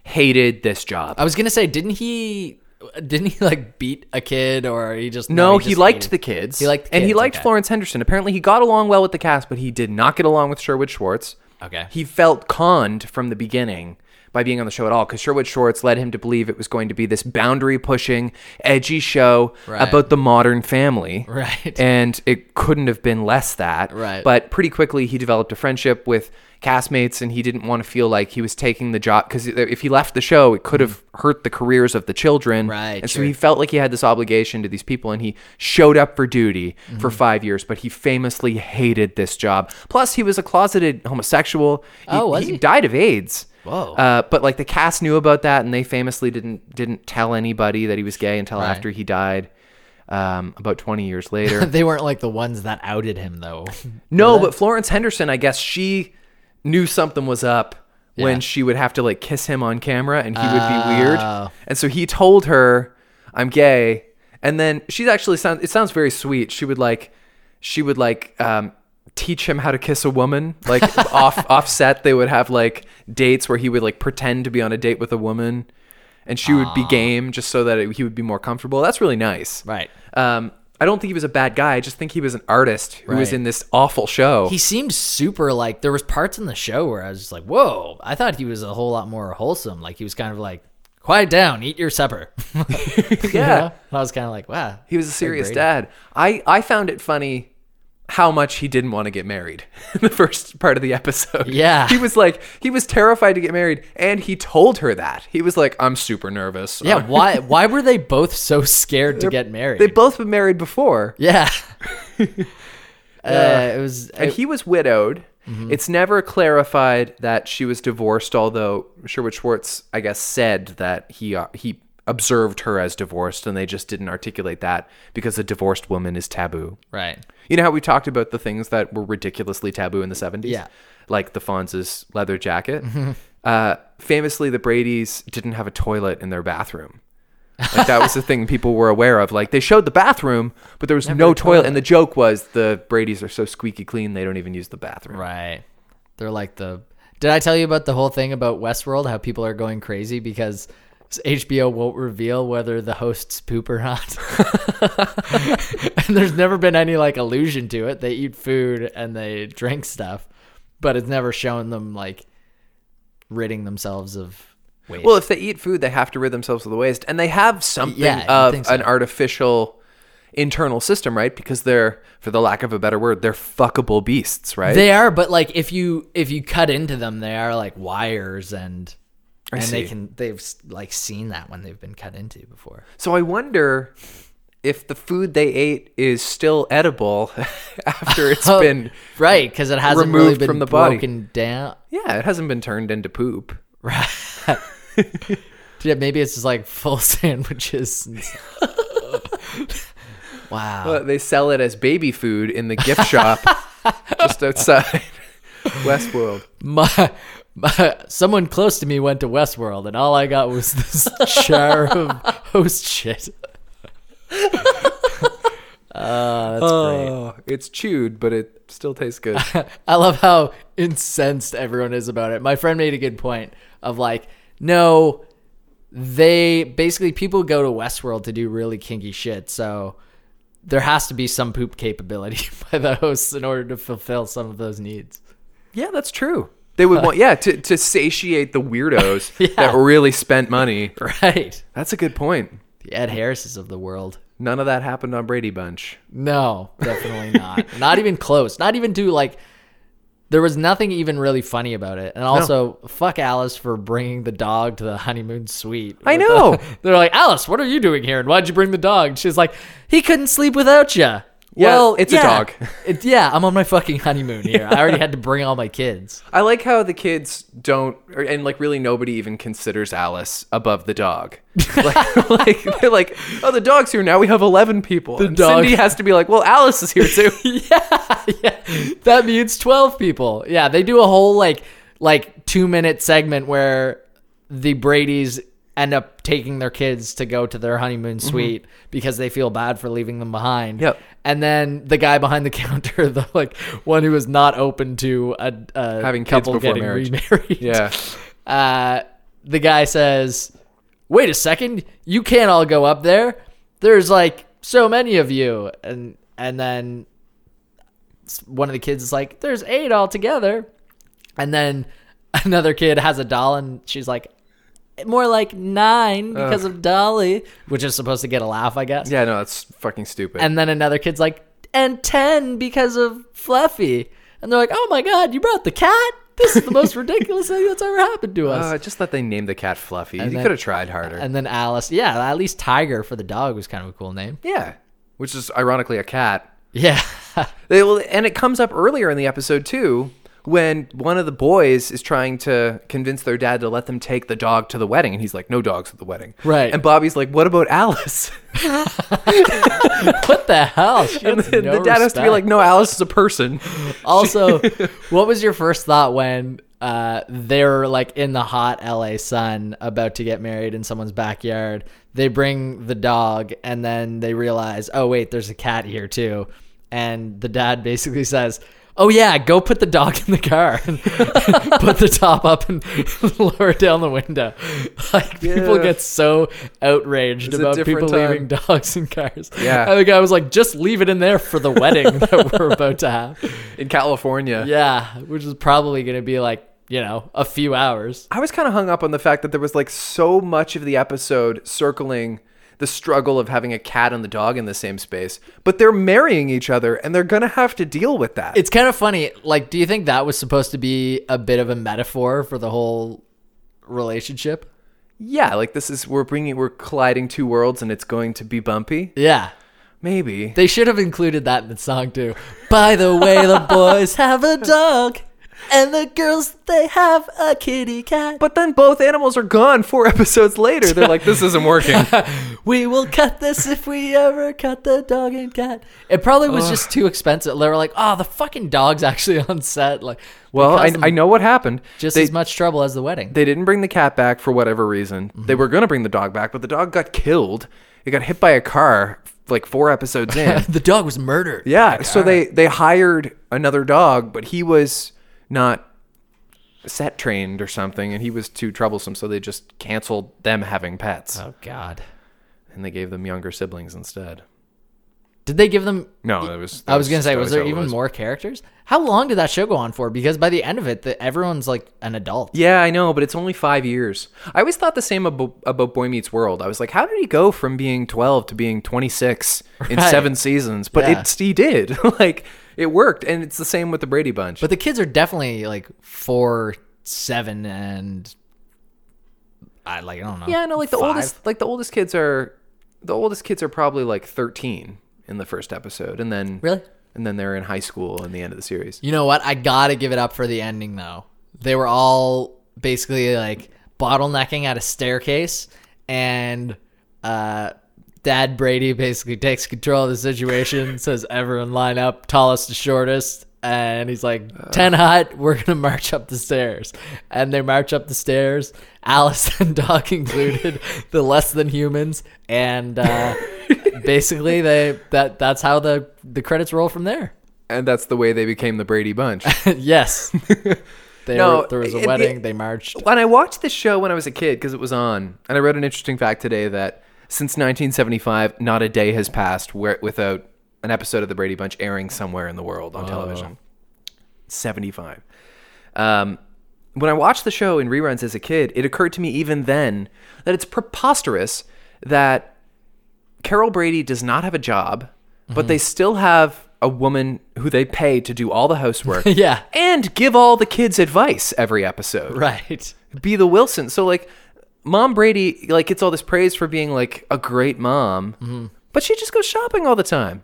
hated this job.
I was gonna say, didn't he Didn't he like beat a kid or he just
No, he,
just
liked
hated-
the kids.
He liked the
and he
kids,
liked
okay.
Florence Henderson. Apparently, he got along well with the cast, but he did not get along with Sherwood Schwartz.
Okay.
He felt conned from the beginning by being on the show at all because Sherwood Schwartz led him to believe it was going to be this boundary pushing, edgy show
Right.
about the modern family.
Right.
And it couldn't have been less that.
Right.
But pretty quickly, he developed a friendship with castmates and he didn't want to feel like he was taking the job because if he left the show, it could have hurt the careers of the children.
Right,
And so
sure.
he felt like he had this obligation to these people and he showed up for duty
Mm-hmm.
for five years, but he famously hated this job. Plus, he was a closeted homosexual. He,
Oh, was he?
died of AIDS.
Whoa.
Uh, but like the cast knew about that and they famously didn't didn't tell anybody that he was gay until after he died. Um, about 20 years
*laughs*
later.
*laughs* They weren't like the ones that outed him
*laughs*
though.
No, but Florence Henderson, I guess she knew something was up
Yeah. Oh.
when she would have to like kiss him on camera and he would be weird. And so he told her, "I'm gay." And then she's actually sounds it sounds very sweet. She would like she would like um teach him how to kiss a woman
*laughs*
like off offset they would have like dates where he would like pretend to be on a date with a woman and she would be game just so that it, he would be more comfortable that's really nice
Right.
um, I don't think he was a bad guy. I just think he was an artist who was
Right.
in this awful show.
He seemed super like there was parts in the show where I was just like, "Whoa!" I thought he was a whole lot more wholesome. Like he was kind of like, "Quiet down, eat your
*laughs*
supper." *laughs* yeah, and I was kind of like, "Wow."
he was a serious dad. I, I found it funny how much he didn't want to get married *laughs* in the first part of the episode.
Yeah.
He was like, he was terrified to get married. And he told her that. He was like, I'm super nervous.
*laughs*
*laughs*
Yeah, why? Why were they both so scared to get married?
They've both been married before. *laughs*
yeah. *laughs* Uh, it was
And
it-
he was widowed. It's never clarified that she was divorced, although Sherwood Schwartz, I guess, said that he uh, he observed her as divorced, and they just didn't articulate that because a divorced woman is taboo.
right.
You know how we talked about the things that were ridiculously taboo in the 70s?
Yeah. Mm-hmm.
Like the Fonz's leather jacket. Uh, famously, the Brady's didn't have a toilet in their bathroom. Like that was the thing people were aware of. Like they showed the bathroom, but there was no toilet. And the joke was the Brady's are so squeaky clean they don't even use the bathroom.
Right. They're like the. Did I tell you about the whole thing about Westworld? How people are going crazy because HBO won't reveal whether the hosts poop or not. *laughs* and there's never been any like allusion to it. They eat food and they drink stuff, but it's never shown them like ridding themselves of waste.
Well, if they eat food, they have to rid themselves of the waste, and they have something
Yeah, you'd
of
think so.
an artificial internal system, right? Because they're, for the lack of a better word, they're fuckable beasts, right?
they are, but like if you if you cut into them, they are like wires and and they
see.
can they've like seen that when they've been cut into before.
So I wonder if the food they ate is still edible *laughs* after
*laughs*
it's
Oh.
been
right because it hasn't really
removed
been
from the body.
broken down.
yeah, it hasn't been turned into poop.
Yeah, maybe it's just like full *laughs* sandwiches. and-
*laughs*
wow.
But they sell it as baby food in the gift shop just outside *laughs* Westworld.
my, my someone close to me went to Westworld, and all I got was this *laughs* jar of host shit.
Oh, it's chewed, but it still tastes good.
*laughs* I love how incensed everyone is about it. My friend made a good point of like, no, they basically people go to Westworld to do really kinky shit, so there has to be some poop capability *laughs* by the hosts in order to fulfill some of those needs. *laughs*
yeah, that's true. They would want yeah to to satiate the weirdos that really spent money.
Right.
That's a good point.
The Ed Harris's of the world.
None of that happened on Brady Bunch.
No, definitely not. *laughs* not even close. Not even to like there was nothing even really funny about it. And also, fuck Alice for bringing the dog to the honeymoon suite.
I
With
know.
the- *laughs* they're like, Alice, what are you doing here? And why'd you bring the dog? And she's like, he couldn't sleep without you. well,
it's a
yeah.
dog.
It, yeah, I'm on my fucking honeymoon here. I already had to bring all my kids.
I like how the kids don't, or- and like really nobody even considers Alice above the
*laughs*
dog. like, like they're like, oh, the dog's here now. We have eleven people. The and
dog-
Cindy has to be like, well, Alice is here
*laughs*
too.
that means 12 people. Yeah, they do a whole like like 2 minute segment where the Brady's end up taking their kids to go to their honeymoon suite because they feel bad for leaving them behind.
Mm-hmm. Yep.
And then the guy behind the *laughs* counter, the like one who is not open to a, a
Having kids
couple
before
getting
marriage.
remarried.
yeah,
Uh, the guy says, wait a second, you can't all go up there. There's like so many of you, and and then s- one of the kids is like, there's eight altogether, and then *laughs* another kid has a doll, and she's like. More like nine because of Dolly, which is supposed to get a laugh, I guess.
Yeah, no, that's fucking stupid.
And then another kid's like, and 10 because of Fluffy. And they're like, oh my God, you brought the cat? This is the most ridiculous thing that's ever happened to us.
uh, just let they name the cat Fluffy. you
then-
could have tried harder.
and then Alice, yeah, at least Tiger for the dog was kind of a cool name.
yeah, which is ironically a cat.
Yeah. *laughs*
They will, and it comes up earlier in the episode too, when one of the boys is trying to convince their dad to let them take the dog to the wedding, and he's like, "No dogs at the wedding."
Right.
And Bobby's like, "What about Alice?" *laughs*
what the hell? She
And
gets
the,
no
the dad has to be
respect.
like, "No, Alice is a person."
*laughs* also, what was your first thought when uh, they're like in the hot LA sun about to get married in someone's backyard? They bring the dog and then they realize, oh, wait, there's a cat here too. And the dad basically says, Oh, yeah, go put the dog in the car and *laughs* put the top up and *laughs* lower it down the window. *laughs* Like, people
Yeah.
get so outraged
It's a
about people
different time.
leaving dogs in cars.
Yeah.
And the guy was like, Just leave it in there for the wedding *laughs* that we're about to have.
in California.
Yeah, which is probably going to be like, you know, a few hours.
I was kind of hung up on the fact that there was like so much of the episode circling the struggle of having a cat and the dog in the same space, but they're marrying each other and they're going to have to deal with that.
It's kind of funny. Like, do you think that was supposed to be a bit of a metaphor for the whole relationship?
yeah, like this is we're bringing we're colliding two worlds and it's going to be bumpy.
Yeah.
Maybe.
They should have included that in the song too. By the
*laughs*
way, the boys have a dog and the girls they have a kitty cat.
But
But
then both animals are gone four *laughs* episodes later. They're like this isn't working.
we will cut this if we ever cut the dog and cat. It probably was just too expensive. They were like, "Oh, the fucking dog's actually *laughs* on set." Like,
*laughs* well, I,
because
I know what happened.
just
they,
as much trouble as the wedding.
they didn't bring the cat back for whatever reason.
Mm-hmm.
They were going to bring the dog back, but the dog got killed. It got hit by a car like four episodes in.
*laughs* the dog was murdered.
Yeah. so they they hired another dog, but he was not set trained or something, and he was too troublesome. So they just canceled them having pets,
Oh God.
and they gave them younger siblings instead.
Did they give them?
No, that was. that
I was gonna say,
that
was there
how it
even
was.
more characters? How long did that show go on for? Because by the end of it, the, everyone's like an adult.
Yeah, I know, but it's only five years. I always thought the same about, about Boy Meets World. I was like, how did he go from being 12 to being 26 in
Right.
seven seasons? But
Yeah.
it's, he did. *laughs* like, it worked. And it's the same with the Brady Bunch.
But the kids are definitely like four, seven, and I like I don't know.
Yeah, no, like the
five?
oldest like the oldest kids are the oldest kids are probably like 13 in the first episode and then
Really?
and then they're in high school in the end of the series.
You know what? I gotta give it up for the ending though. They were all basically like bottlenecking at a staircase, and uh, Dad Brady basically takes control of the situation, says everyone line up, tallest to shortest, and he's like, ten hot, we're gonna march up the stairs, and they march up the stairs, Alice *laughs* and Doc included, the less than humans, and uh, basically they that that's how the the credits roll from there
And that's the way they became the Brady Bunch. *laughs*
*laughs* yes. They
No,
were, there was
it-
a
it-
wedding. they marched.
when I watched this show when I was a kid because it was on, and I read an interesting fact today that since 1975, not a day has passed where, without an episode of the Brady Bunch airing somewhere in the world on television. 75. Um, when I watched the show in reruns as a kid, it occurred to me even then that it's preposterous that Carol Brady does not have a job, but they still have a woman who they pay to do all the housework
*laughs* Yeah.
and give all the kids advice every episode
Right. *laughs*
be the Wilson. So like Mom Brady like gets all this praise for being like a great mom,
Mm-hmm.
but she just goes shopping all the time.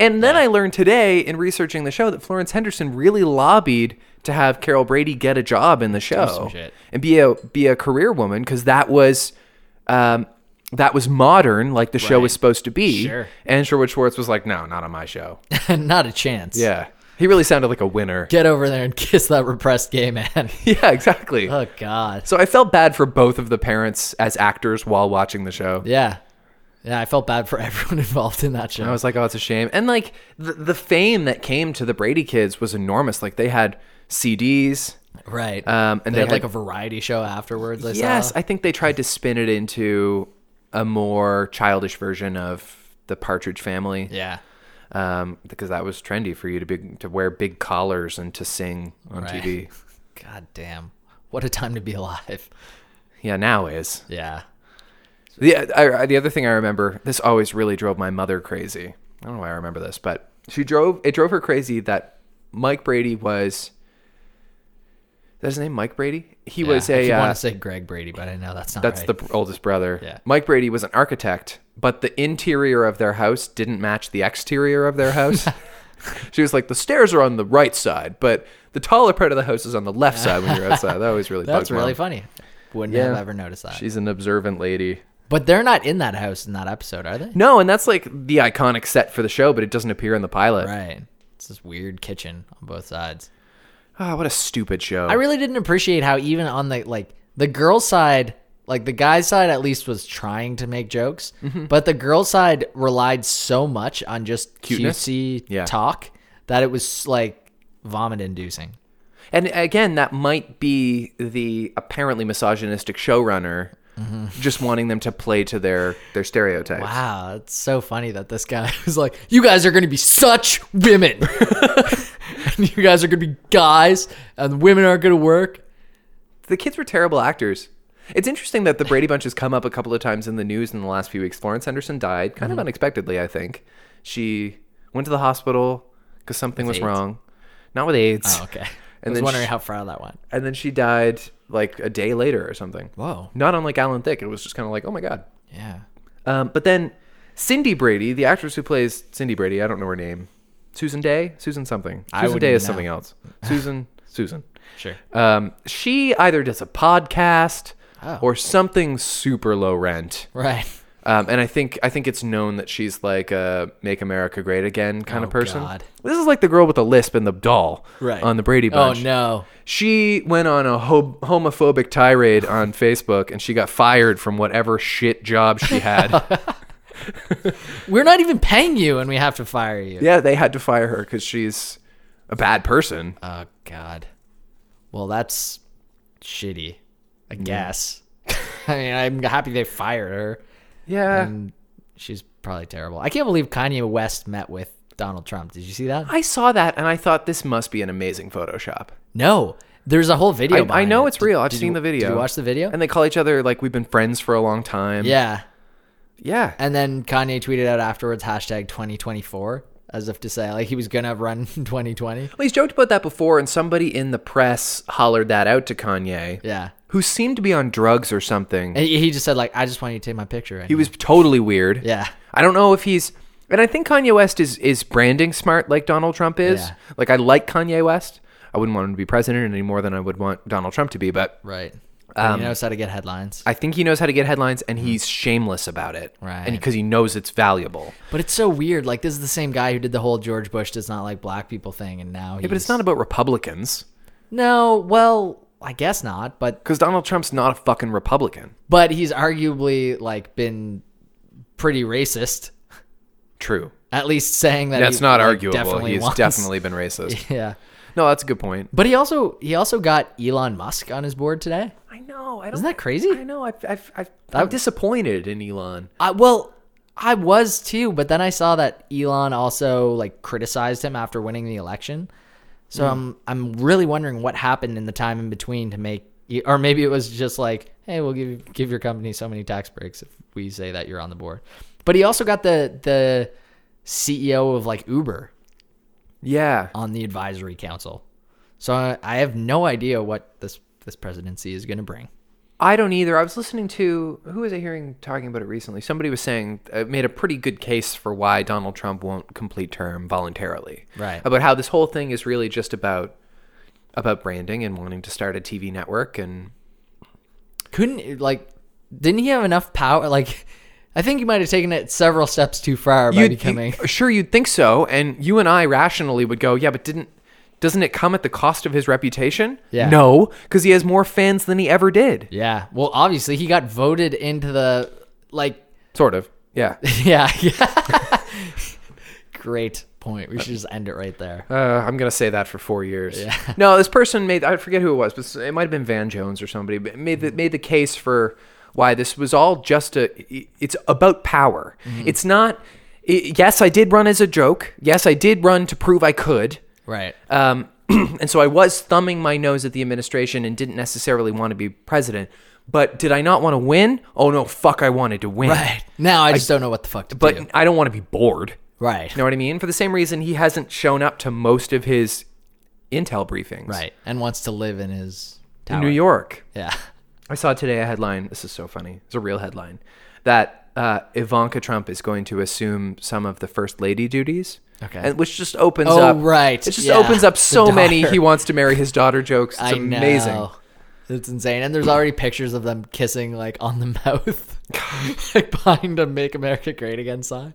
And then I learned today in researching the show that Florence Henderson really lobbied to have Carol Brady get a job in the show
shit.
and be a be a career woman because that was um, that was modern like the show was supposed to be.
Sure.
And Sherwood Schwartz was like, no, not on my show.
Not a chance.
yeah, he really sounded like a winner.
Get over there and *laughs* kiss that repressed gay man. *laughs*
*laughs* Yeah, exactly.
oh God.
So I felt bad for both of the parents as actors while watching the show.
Yeah. Yeah. I felt bad for *laughs* everyone involved in that show.
I was like, oh, it's a shame. And like the, the fame that came to the Brady kids was enormous. Like they had CDs,
Right.
Um, and
they, had
had-
like a variety show afterwards. I
yes,
saw.
I think they tried to spin it into a more childish version of the Partridge Family.
Yeah.
Um, because that was trendy for you to big to wear big collars and to sing on
Right.
TV.
God damn. What a time to be alive. *laughs*
Yeah, now is
Yeah.
the I, I- the other thing I remember. This always really drove my mother crazy. I don't know why I remember this, but she drove it drove her crazy that Mike Brady was. Is that his name Mike Brady? He
yeah.
was a.
I
uh,
want to say Greg Brady, but I know that's not.
That's
right.
the oldest brother.
Yeah.
Mike Brady was an architect, but the interior of their house didn't match the exterior of their
*laughs*
house. she was like, the stairs are on the right side, but the taller part of the house is on the left side when you're outside. That always really
*laughs* That's
bugged
really
Mom.
funny. Wouldn't
Yeah.
have ever noticed that.
She's an observant lady.
But they're not in that house in that episode, are they?
No, and that's like the iconic set for the show, but it doesn't appear in the pilot.
Right. It's this weird kitchen on both sides.
Ah, what a stupid show.
I really didn't appreciate how even on the like the girl side, like the guy's side at least was trying to make jokes,
Mm-hmm.
but the girl side relied so much on just
Cuteness?
cutesy
Yeah.
talk that it was like vomit inducing.
And again, that might be the apparently misogynistic showrunner just wanting them to play to their, their stereotypes.
Mm-hmm. Wow, it's so funny that this guy *laughs* was like, "You guys are going to be such
*laughs*
women. *laughs* and you guys are going to be guys, and women aren't going to work."
the kids were terrible actors. It's interesting that the Brady Bunch has come up a couple of times in the news in the last few weeks. Florence Henderson died
Mm-hmm.
kind of unexpectedly, I think. She went to the hospital because something was
AIDS?
wrong, not with AIDS.
Oh, okay. I
And
was
then
wondering
sh-
how far that went.
And then she died like a day later or something.
Whoa.
Not unlike Alan Thicke. It was just kind of like, oh my god.
Yeah.
Um, but then Cindy Brady, the actress who plays Cindy Brady, I don't know her name. Susan Day, Susan something.
I
Susan Day
wouldn't
is
know.
something else. Susan, *laughs* Susan.
Sure.
Um, she either does a podcast
Oh.
or something super low rent.
Right.
Um, and I think I think it's known that she's like a "Make America Great Again" kind
Oh,
of person.
God.
This is like the girl with the lisp and the doll
Right.
on the Brady Bunch.
Oh no.
She went on a ho- homophobic tirade on Facebook, and she got fired from whatever shit job she had.
We're not even paying you and we have to fire you.
yeah, they had to fire her because she's a bad person.
Oh god. Well, that's shitty. I guess. *laughs* I mean, I'm happy they fired her.
Yeah,
And she's probably terrible. I can't believe Kanye West met with Donald Trump. Did you see that?
I saw that, and I thought this must be an amazing Photoshop.
No. There's a whole video.
I, I
behind
know
it.
it's real.
Did-
I've
did
seen
you-
the video.
Did you watch the video?
And they call each other like we've been friends for a long time.
yeah.
Yeah.
And then Kanye tweeted out afterwards hashtag 2024 as if to say like he was gonna run *laughs* in 2020.
Well, he's joked about that before, and somebody in the press hollered that out to Kanye,
Yeah.
who seemed to be on drugs or something.
And he he just said like I just want you to take my picture.
He was totally weird.
Yeah.
I don't know if he's. And I think Kanye West is, is branding smart like Donald Trump is.
Yeah.
Like, I like Kanye West. I wouldn't want him to be president any more than I would want Donald Trump to be, but
Right. he knows how to get headlines.
Um, I think he knows how to get headlines and he's shameless about it.
Mm-hmm. Right.
And because he knows it's valuable.
but it's so weird. Like this is the same guy who did the whole George Bush does not like black people thing, and now he's...
Yeah, but it's not about Republicans
no. Well, I guess not. But
because Donald Trump's not a fucking Republican.
but he's arguably like been pretty racist.
True.
At least saying that
That's
he,
not
like,
arguable.
definitely
He's
*laughs* wants-
definitely been racist.
*laughs* yeah.
No, that's a good point.
But he also he also got Elon Musk on his board today.
I know. I don't,
Isn't that crazy?
I know. I've, I've, I've, I'm disappointed in Elon.
I, well, I was too, but then I saw that Elon also like criticized him after winning the election. So I'm I'm really wondering what happened in the time in between to make or maybe it was just like, hey, we'll give give your company so many tax breaks if we say that you're on the board. But he also got the the CEO of like Uber
Yeah.
on the advisory council. So I, I have no idea what this this presidency is going to bring.
I don't either. I was listening to, who was I hearing talking about it recently? Somebody was saying, uh, made a pretty good case for why Donald Trump won't complete term voluntarily.
Right.
About how this whole thing is really just about about branding and wanting to start a TV network and
couldn't like didn't he have enough power like i think he might have taken it several steps too far by
You'd-
becoming
you- *laughs* sure you'd think so and you and i rationally would go yeah but didn't doesn't it come at the cost of his reputation
Yeah.
no because he has more fans than he ever did
yeah well obviously he got voted into the like *laughs*
sort of yeah
yeah yeah *laughs* great point. We should just end it right there.
Uh, I'm gonna say that for four years. No, this person made—I forget who it was, but it might have been Van Jones or somebody. But made the, made the case for why this was all just a—it's about power. It's not. i yes, I did run as a joke. Yes, I did run to prove I could.
Right. *clears throat*
Um, *clears throat* and so I was thumbing my nose at the administration and didn't necessarily want to be president. But did I not want to win? Oh no, fuck! I wanted to win.
Right. Now I just don't know what the fuck to
But
do.
I don't want to be bored.
Right.
You know what I mean? For the same reason he hasn't shown up to most of his intel briefings.
Right. And wants to live in his
In
tower.
New York.
Yeah.
I saw today a headline. This is so funny. It's a real headline that uh, Ivanka Trump is going to assume some of the first lady duties.
Okay.
And which just opens
Oh,
up.
right.
It just
Yeah.
opens up
*laughs* The
so many
daughter.
he wants to marry his daughter jokes. It's
*laughs* I
amazing.
know. It's insane. And there's already pictures of them kissing like on the *laughs* mouth. *laughs* like behind a Make America Great Again sign.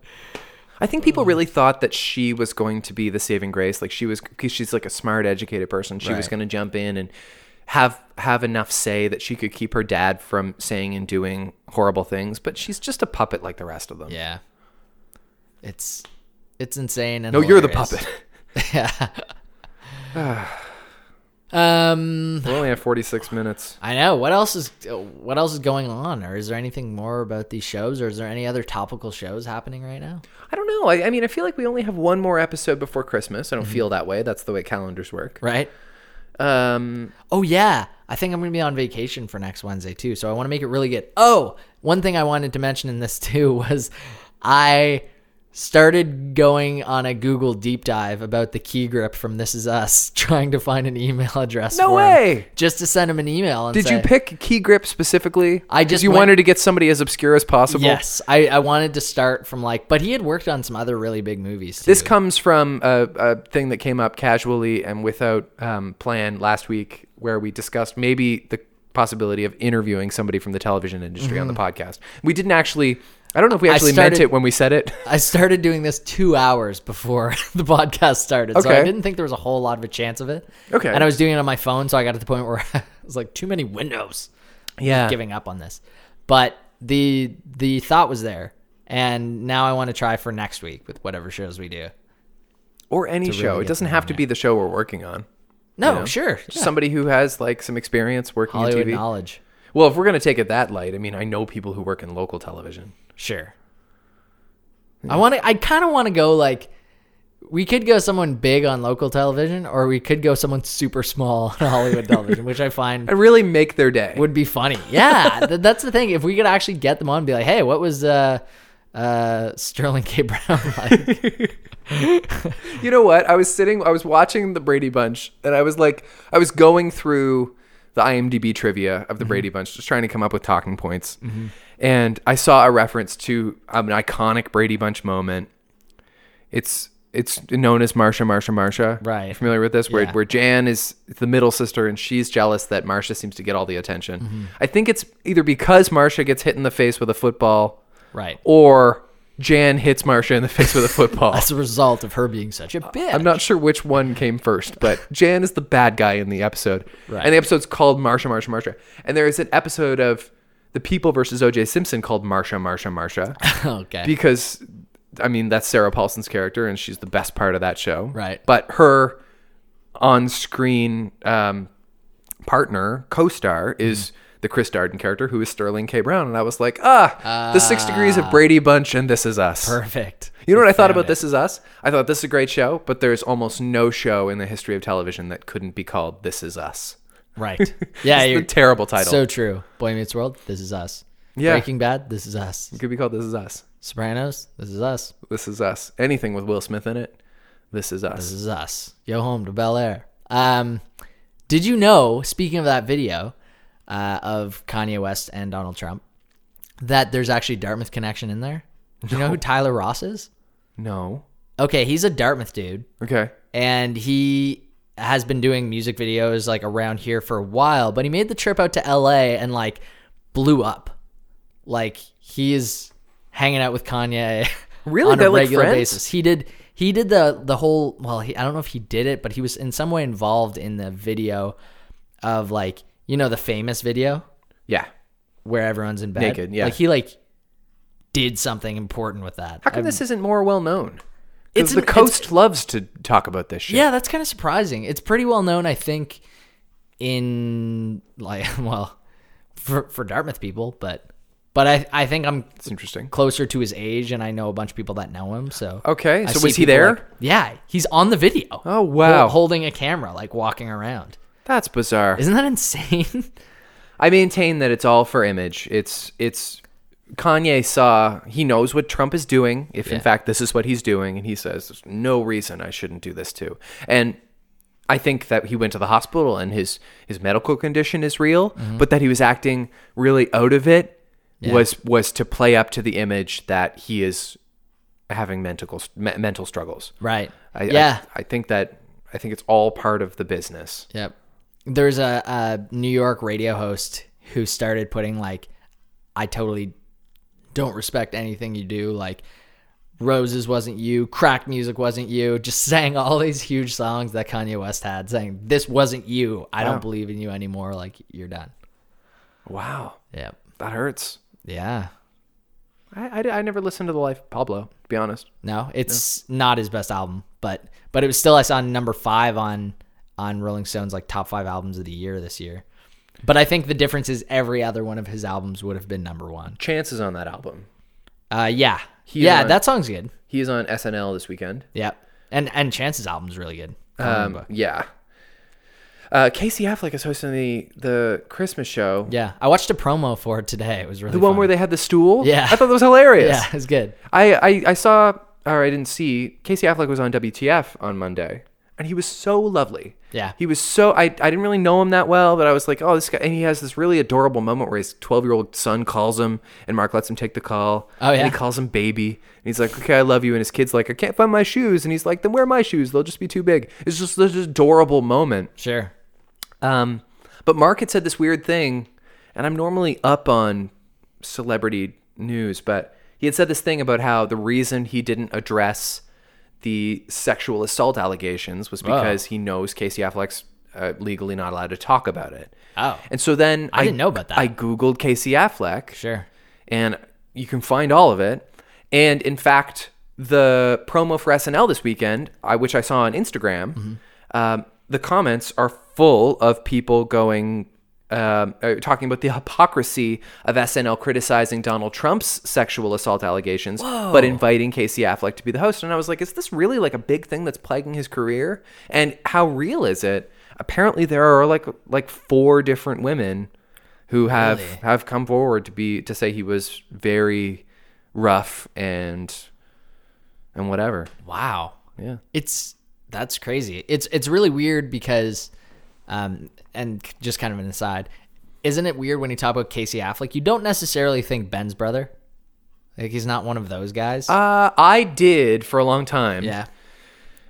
I think people really thought that she was going to be the saving grace. Like she was, because she's like a smart, educated person. She was
Right.
going to jump in and have have enough say that she could keep her dad from saying and doing horrible things. But she's just a puppet like the rest of them.
Yeah. It's it's insane and
No, you're the
hilarious.
puppet. *laughs*
*laughs* *sighs* Um
we only have 46 minutes.
I know. What else is what else is going on? Or is there anything more about these shows or is there any other topical shows happening right now?
I don't know. I, I mean, I feel like we only have one more episode before Christmas. I don't feel that way. That's the way calendars work.
Right?
Um,
Oh yeah, I think I'm gonna be on vacation for next Wednesday too. So I want to make it really good. Oh, one thing I wanted to mention in this *laughs* too was I started going on a Google deep dive about the key grip from This Is Us, *laughs* trying to find an email address.
No
for him,
way!
just to send him an email. And
did you
say-
pick Key Grip specifically?
I
'Cause
just
you
went-
wanted to get somebody as obscure as possible.
Yes, I, I wanted to start from like, but he had worked on some other really big movies. Too.
This comes from a, a thing that came up casually and without um, plan last week, where we discussed maybe the possibility of interviewing somebody from the television industry on the podcast. We didn't actually. I don't know if we
Mm-hmm. I
actually meant
started-
it when we said it.
I started doing this two hours before *laughs* the podcast started, so I
Okay.
didn't think there was a whole lot of a chance of it.
Okay.
And I was doing it on my phone, so I got to the point where *laughs* I was like, too many windows.
Yeah.
Giving up on this, but the the thought was there, and now I want to try for next week with whatever shows we do.
*laughs* Or any show.
get
it doesn't
to
have to be the show we're working on.
No,
you know?
sure,
Just
yeah.
Somebody who has like some experience working
Hollywood
in TV.
knowledge,
Well, if we're gonna take it that light, I mean, I know people who work in local television.
sure. I want to. I kind of want to go like. We could go someone big on local television, or we could go someone super small on
*laughs*
Hollywood television, which I find
I really make their day.
*laughs* would be funny. Yeah, th- that's the thing. If we could actually get them on, and be like, hey, what was uh, uh, Sterling K. Brown *laughs* like?
*laughs* You know what? I was sitting, I was watching the Brady Bunch, and I was like, I was going through the IMDb trivia
Mm-hmm.
of the Brady Bunch, just trying to come up with talking points. And I saw a reference to um, an iconic Brady Bunch moment. It's it's known as Marsha, Marsha, Marsha.
Right.
You familiar with this? Where
Yeah.
where Jan is the middle sister, and she's jealous that Marsha seems to get all the attention.
Mm-hmm.
I think it's either because Marsha gets hit in the face with a football,
right.
or Jan hits Marsha in the face with a football.
*laughs* That's a result of her being such a bitch.
Uh, I'm not sure which one came first,
*laughs*
but Jan is the bad guy in the episode.
Right.
And the episode's called Marsha, Marsha, Marsha. And there is an episode of The People versus OJ Simpson called Marsha, Marsha,
*laughs*
Marsha.
okay.
because, I mean, that's Sarah Paulson's character, and she's the best part of that show.
Right.
But her on screen um, partner, co star,
Hmm.
is. The Chris Darden character, who is Sterling K. Brown, and I was like, ah, the six degrees of Brady Bunch, and this is us. *laughs*
Perfect.
You know what I thought about This Is Us? I thought this is a great show, but there's almost no show in the history of television that couldn't be called This Is Us. *laughs*
Right. Yeah,
It's
you're
a terrible title.
so true. Boy Meets World, this is us.
Yeah.
Breaking Bad, this is us.
it could be called This Is Us.
Sopranos, this is us.
This Is Us. Anything with Will Smith in it, This Is
This
Us.
is us. Go home to Bel Air. Um, did you know, speaking of that video uh, of Kanye West and Donald Trump, that there's actually Dartmouth connection in there? Do you know who Tyler Ross is?
No.
Okay, he's a Dartmouth dude,
Okay.
and he has been doing music videos like around here for a while. But he made the trip out to LA and like blew up. Like he is hanging out with Kanye *laughs*
Really?
on a
They're, like,
regular
friends?
basis. He did he did the the whole well, he, I don't know if he did it, but he was in some way involved in the video of like you know the famous video
Yeah.
where everyone's in bed
Naked, yeah.
Like he like did something important with that.
How come this isn't more well known? It's
It's
the
an- it's-
coast loves to talk about this shit.
Yeah, that's kind of surprising. It's pretty well known, I think, in like *laughs* well, for for Dartmouth people, but but I I think I'm
It's interesting.
closer to his age, and I know a bunch of people that know him. So
Okay,
I
so
see
was he
people
there?
like- yeah, he's on the video.
Oh, wow.
hol- holding a camera, like walking around.
That's bizarre.
Isn't that insane? *laughs*
I maintain that it's all for image. It's it's Kanye saw he knows what Trump is doing, if in
Yeah.
fact this is what he's doing, and he says there's no reason I shouldn't do this too. And I think that he went to the hospital and his his medical condition is real,
Mm-hmm.
but that he was acting really out of it was was to play up to the image that he is having mental me- mental struggles.
right.
I,
yeah.
I, I think that I think it's all part of the business.
Yep. There's a, a New York radio host who started putting like, I totally don't respect anything you do. Like, Roses wasn't you, crack music wasn't you. Just *laughs* sang all these huge songs that Kanye West had, saying this wasn't you. I don't believe in you anymore. Like you're done.
Wow,
Yep.
that hurts.
Yeah.
I, I, I never listened to the life of Pablo, to be honest.
No, it's not his best album, but but it was still I saw number five on on Rolling Stone's like top five albums of the year this year. But I think the difference is every other one of his albums would have been number one.
Chances on that album.
Uh, yeah,
is
yeah,
on-
that song's good.
He is on SNL this weekend.
Yeah, and and Chance's album's really good.
Um, yeah. Uh, Casey Affleck is hosting the the Christmas show.
yeah, I watched a promo for it today. It was really
The one
fun.
where they had the stool.
Yeah.
I thought that was hilarious.
*laughs* yeah, it's good.
I, I I saw or I didn't see Casey Affleck was on WTF on Monday, and he was so lovely.
Yeah.
He was so I I didn't really know him that well, but I was like, oh, this guy, and he has this really adorable moment where his twelve year old son calls him, and Mark lets him take the call.
Oh,
And
yeah.
he calls him baby, and he's like, okay, I love you, and his kid's like, I can't find my shoes, and he's like, then wear my shoes, they'll just be too big. It's just this adorable moment.
Sure.
Um, but Mark had said this weird thing, and I'm normally up on celebrity news, but he had said this thing about how the reason he didn't address the sexual assault allegations
Oh.
was because he knows Casey Affleck's uh, legally not allowed to talk about it.
Oh.
and so then I,
didn't know about that.
I googled Casey Affleck,
Sure.
and you can find all of it. And in fact, the promo for SNL this weekend, I, which I saw on Instagram, um, the comments are full of people going, um, uh, talking about the hypocrisy of SNL criticizing Donald Trump's sexual assault allegations, but inviting Casey Affleck to be the host. And I was like, is this really like a big thing that's plaguing his career? And how real is it? Apparently, there are like like four different women who have have come forward to be to say he was very rough and and whatever.
Wow.
Yeah.
It's that's crazy. It's it's really weird because, um, and c- just kind of an aside, isn't it weird when you talk about Casey Affleck? You don't necessarily think Ben's brother. Like he's not one of those guys.
Uh, I did for a long time.
yeah.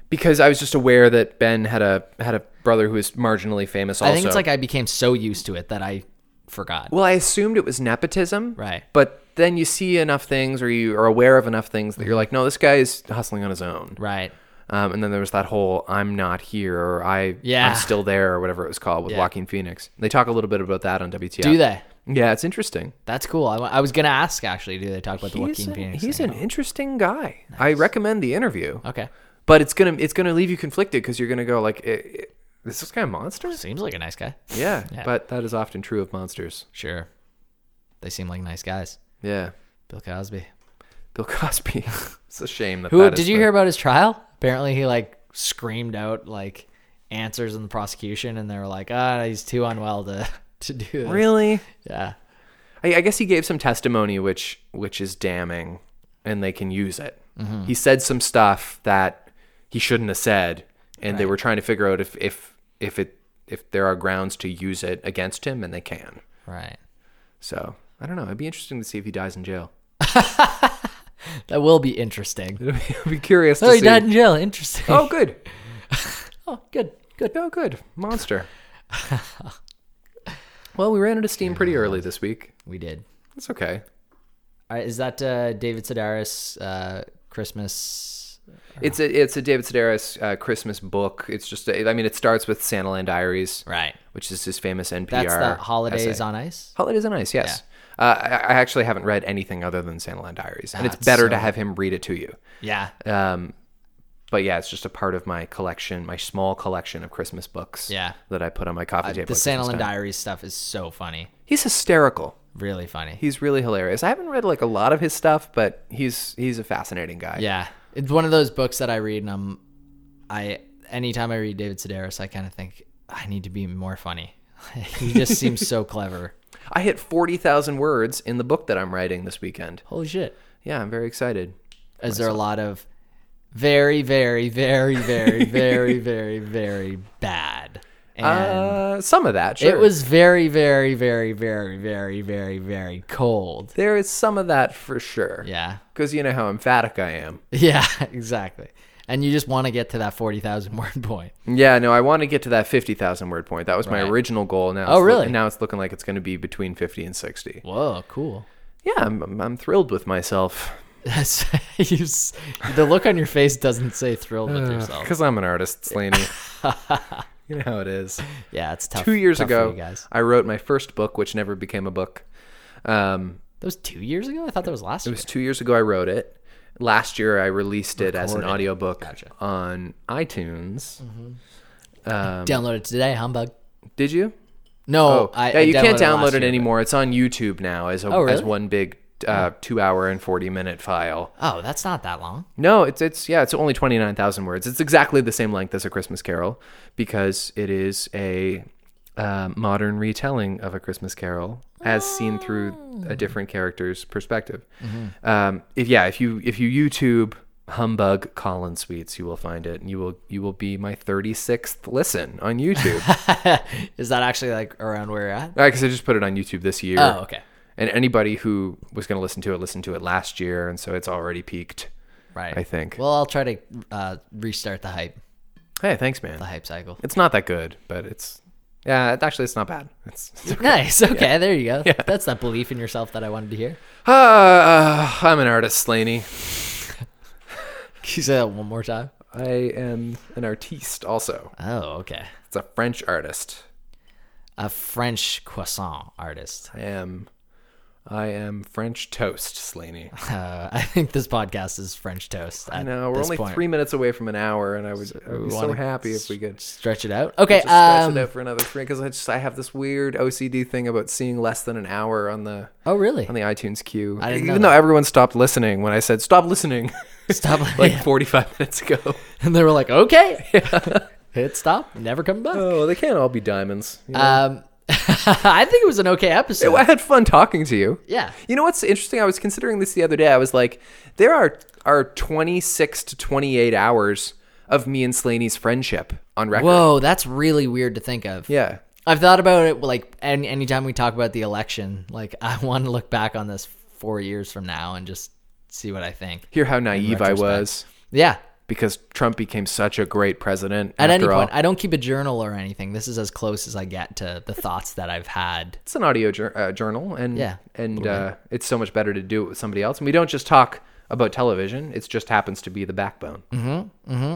Because I was just aware that Ben had a had a brother who was marginally famous. Also,
I think it's like I became so used to it that I forgot.
well, I assumed it was nepotism.
Right.
But then you see enough things, or you are aware of enough things
Mm-hmm.
that you're like, no, this guy is hustling on his own.
Right.
Um, and then there was that whole "I'm not here" or "I
Yeah.
I'm still there" or whatever it was called with Joaquin Phoenix. They talk a little bit about that on WTF.
Do they?
Yeah, it's interesting.
That's cool. I, wa- I was gonna ask actually. Do they talk about the
He's,
Joaquin
a-
Phoenix?
he's
thing? Uh,
an interesting guy. I recommend the interview.
okay.
But it's gonna it's gonna leave you conflicted because you're gonna go like, "Eh, eh, "Is this guy a monster?"
Seems like a nice guy.
Yeah,
Yeah.
But that is often true of monsters.
Sure. They seem like nice guys.
Yeah.
Bill Cosby.
Bill
*laughs*
Cosby. it's a shame that.
Who
that is
did you
the-
hear about his trial? Apparently, he like screamed out like answers in the prosecution, and they were like, "Ah, he's too unwell to *laughs* to do this."
Really?
Yeah.
I, I guess he gave some testimony which which is damning, and they can use it.
Mm-hmm.
He said some stuff that he shouldn't have said, and they were trying to figure out if if if it if there are grounds to use it against him, and they can.
Right.
So I don't know. It'd be interesting to see if he dies in jail.
That will be interesting.
I'd *laughs* be curious to
*laughs* Oh, he
see.
died in jail. Interesting.
Oh, good.
*laughs* oh good. Good.
Oh, good.
*laughs*
Monster. well, we ran out of steam pretty early this week.
We did.
That's okay.
All right, is that uh, David Sedaris uh, Christmas?
It's a it's a David Sedaris uh, Christmas book. It's just a, I mean it starts with Santaland Diaries,
Right.
which is his famous NPR.
That's the holidays
essay.
on ice.
Holidays on Ice. Yes. Uh, I, I actually haven't read anything other than Santaland Diaries, and it's
it's
better
so-
to have him read it to you.
Yeah.
Um, But yeah, it's just a part of my collection, my small collection of Christmas books.
Yeah. Uh,
That I put on my coffee table.
The
at Christmas
Sandalin
time.
Diaries stuff is so funny.
He's hysterical.
Really funny.
He's really hilarious. I haven't read like a lot of his stuff, but he's he's a fascinating guy.
Yeah, it's one of those books that I read, and I'm, I anytime I read David Sedaris, I kind of think I need to be more funny. *laughs* he just seems so clever.
I hit forty thousand words in the book that I'm writing this weekend.
Holy shit!
Yeah, I'm very excited.
Is there a lot of very, very, very, very, *laughs* very, very, very bad? And
Uh, some of that. Sure.
it was very, very, very, very, very, very, very cold.
There is some of that for sure.
Yeah, *laughs*
Because you know how emphatic I am.
yeah, exactly. And you just want to get to that forty thousand word point.
Yeah, no, I want to get to that 50,000 word point. That was my
Right.
original goal. Now
Oh,
it's loo-
really?
now it's looking like it's going to be between 50 and 60.
Whoa, cool.
Yeah, I'm, I'm, I'm thrilled with myself
That's *laughs* you, s- the look on your face doesn't say thrilled with yourself.
because I'm an artist,
*laughs*
Slaney. you know how it is.
Yeah, it's tough.
Two years
tough for
ago,
you guys.
I wrote my first book, which never became a book. Um,
That was two years ago. I thought that was last
It
year.
was two years ago I wrote it. Last year I released it as an
Recorded.
audiobook
Gotcha. Mm-hmm.
on iTunes. um,
Download it today, humbug.
Did you?
No,
Oh,
I,
yeah,
I
you can't
downloaded last
download it
year,
anymore. It's on YouTube now as a,
Oh,
as
really?
one big uh, two hour and forty minute file.
but- Oh, that's not that long. *laughs*
No, it's it's yeah, it's only twenty nine thousand words. It's exactly the same length as a Christmas Carol because it is a uh, modern retelling of a Christmas Carol as seen through
Ah.
a different character's perspective.
Mm-hmm.
Um, if yeah, if you if you YouTube humbug Colin Sweets, you will find it, and you will you will be my thirty sixth listen on
*laughs*
YouTube.
Is that actually like around where you're at?
Because I just put it on YouTube this year.
Oh, okay.
And anybody who was going to listen to it listened to it last year, and so it's already peaked.
Right.
I think.
Well, I'll try to uh, restart the hype,
Hey, thanks, man.
the hype cycle.
It's not that good, but it's yeah. It, actually, it's not bad.
*laughs*
It's, it's okay.
Nice. Okay, there you go. That's that belief in yourself that I wanted to hear.
Ah, I'm an artist, Slaney.
Can you say that one more time?
I am an artiste, also.
Oh, okay.
It's a French artist.
A French croissant artist.
I am. I am French toast,
*laughs*
Slaney.
Uh, I think this podcast is French toast.
I
at
know we're
this
only
point.
three minutes away from an hour, and I would, I would
we
be so
wanna
happy if we could just
Stretch it out. Okay.
stretch
um,
it out for another three. Because I just I have this weird OCD thing about seeing less than an hour on the
Oh, really?
on the iTunes queue.
I didn't know
Even
that.
though everyone stopped listening when I said stop listening, *laughs*
Stop.
like
*laughs* like,
45 minutes ago.
and they were like, okay,
*laughs*
hit stop, never come back.
Oh, they can't all be diamonds. you know?
Um, *laughs* I think it was an okay episode.
*laughs* I had fun talking to you. *laughs*
yeah.
You know what's interesting? I was considering this the other day. I was like, there are are 26 to 28 hours of me and Slaney's friendship on record.
Whoa, that's really weird to think of.
Yeah.
I've thought about it like any anytime we talk about the election, like *laughs* I want to look back on this four years from now and just see what I think.
Hear how naive I was
Yeah.
because Trump became such a great president.
At any
after all.
point, I don't keep a journal or anything. This is as close as I get to the thoughts that I've had.
it's an audio jour- uh, journal, and
Yeah,
and uh, it's so much better to do it with somebody else. And we don't just talk about television; it just happens to be the backbone.
Mm.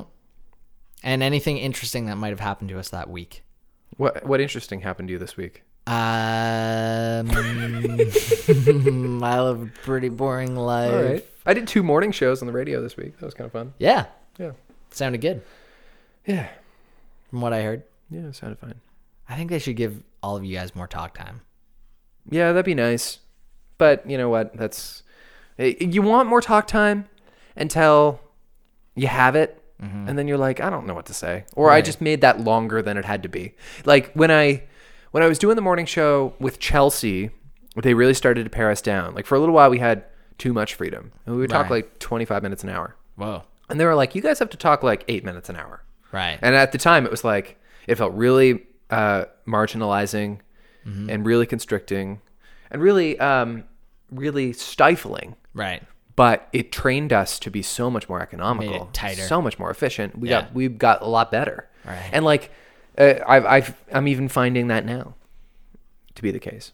and anything interesting that might have happened to us that week.
What what interesting happened to you this week?
*laughs* Um, I live a pretty boring life.
All right, I did two morning shows on the radio this week. That was kind of fun.
Yeah,
Yeah,
sounded good
yeah,
from what I heard.
yeah. It sounded fine.
I think they should give all of you guys more talk time.
Yeah, that'd be nice. But you know what? That's eh, you want more talk time until you have it, and then you're like, I don't know what to say, or I just made that longer than it had to be. Like when I when I was doing the morning show with Chelsea, they really started to pare us down. Like for a little while, we had too much freedom, and we would talk
Right.
like 25 minutes an hour,
Whoa,
and they were like, you guys have to talk like eight minutes an hour.
right?
And at the time, it was like it felt really uh, marginalizing
Mm-hmm.
and really constricting and really, um, really stifling.
right.
But it trained us to be so much more economical,
tighter.
so much more efficient. We
Yeah.
got we got a lot better.
Right.
And like, uh, I've, I've I'm even finding that now to be the case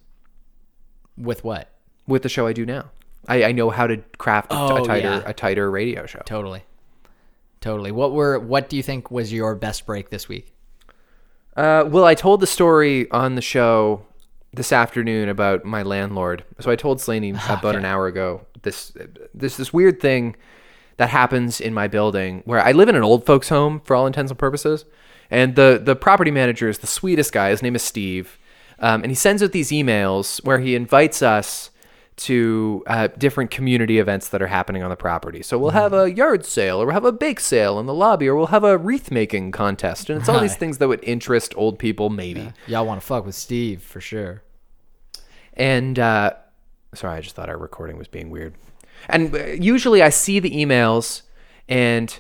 With what?
with the show I do now. I, I know how to craft
Oh,
a tighter
yeah.
a tighter radio show.
Totally, totally. What were? What do you think was your best break this week?
Uh, well, I told the story on the show this afternoon about my landlord. So I told Slaney about an hour ago this this this weird thing that happens in my building where I live in an old folks home for all intents and purposes. And the the property manager is the sweetest guy. His name is Steve, um, and he sends out these emails where he invites us to uh, different community events that are happening on the property. So we'll have a yard sale, or we'll have a bake sale in the lobby, or we'll have a wreath making contest, and it's all these
Right.
things that would interest old people, maybe.
Y'all want to fuck with Steve for sure.
And uh, sorry, I just thought our recording was being weird. And uh, usually I see the emails and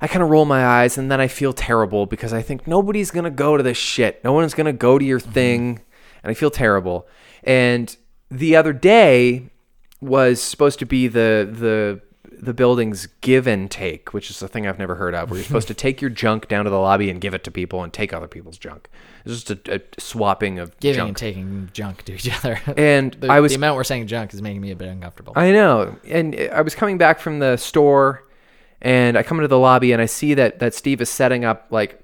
I kind of roll my eyes and then I feel terrible because I think nobody's going to go to this shit. No one's going to go to
Mm-hmm.
your thing. And I feel terrible. And the other day was supposed to be the, the, the building's give and take, which is a thing I've never heard of, where you're
*laughs*
supposed to take your junk down to the lobby and give it to people and take other people's junk. It's just a, a swapping of
Giving
junk.
and taking junk to each *laughs* other.
And
the,
I was
the amount we're saying junk is making me a bit uncomfortable.
I know. And I was coming back from the store and I come into the lobby and I see that that Steve is setting up like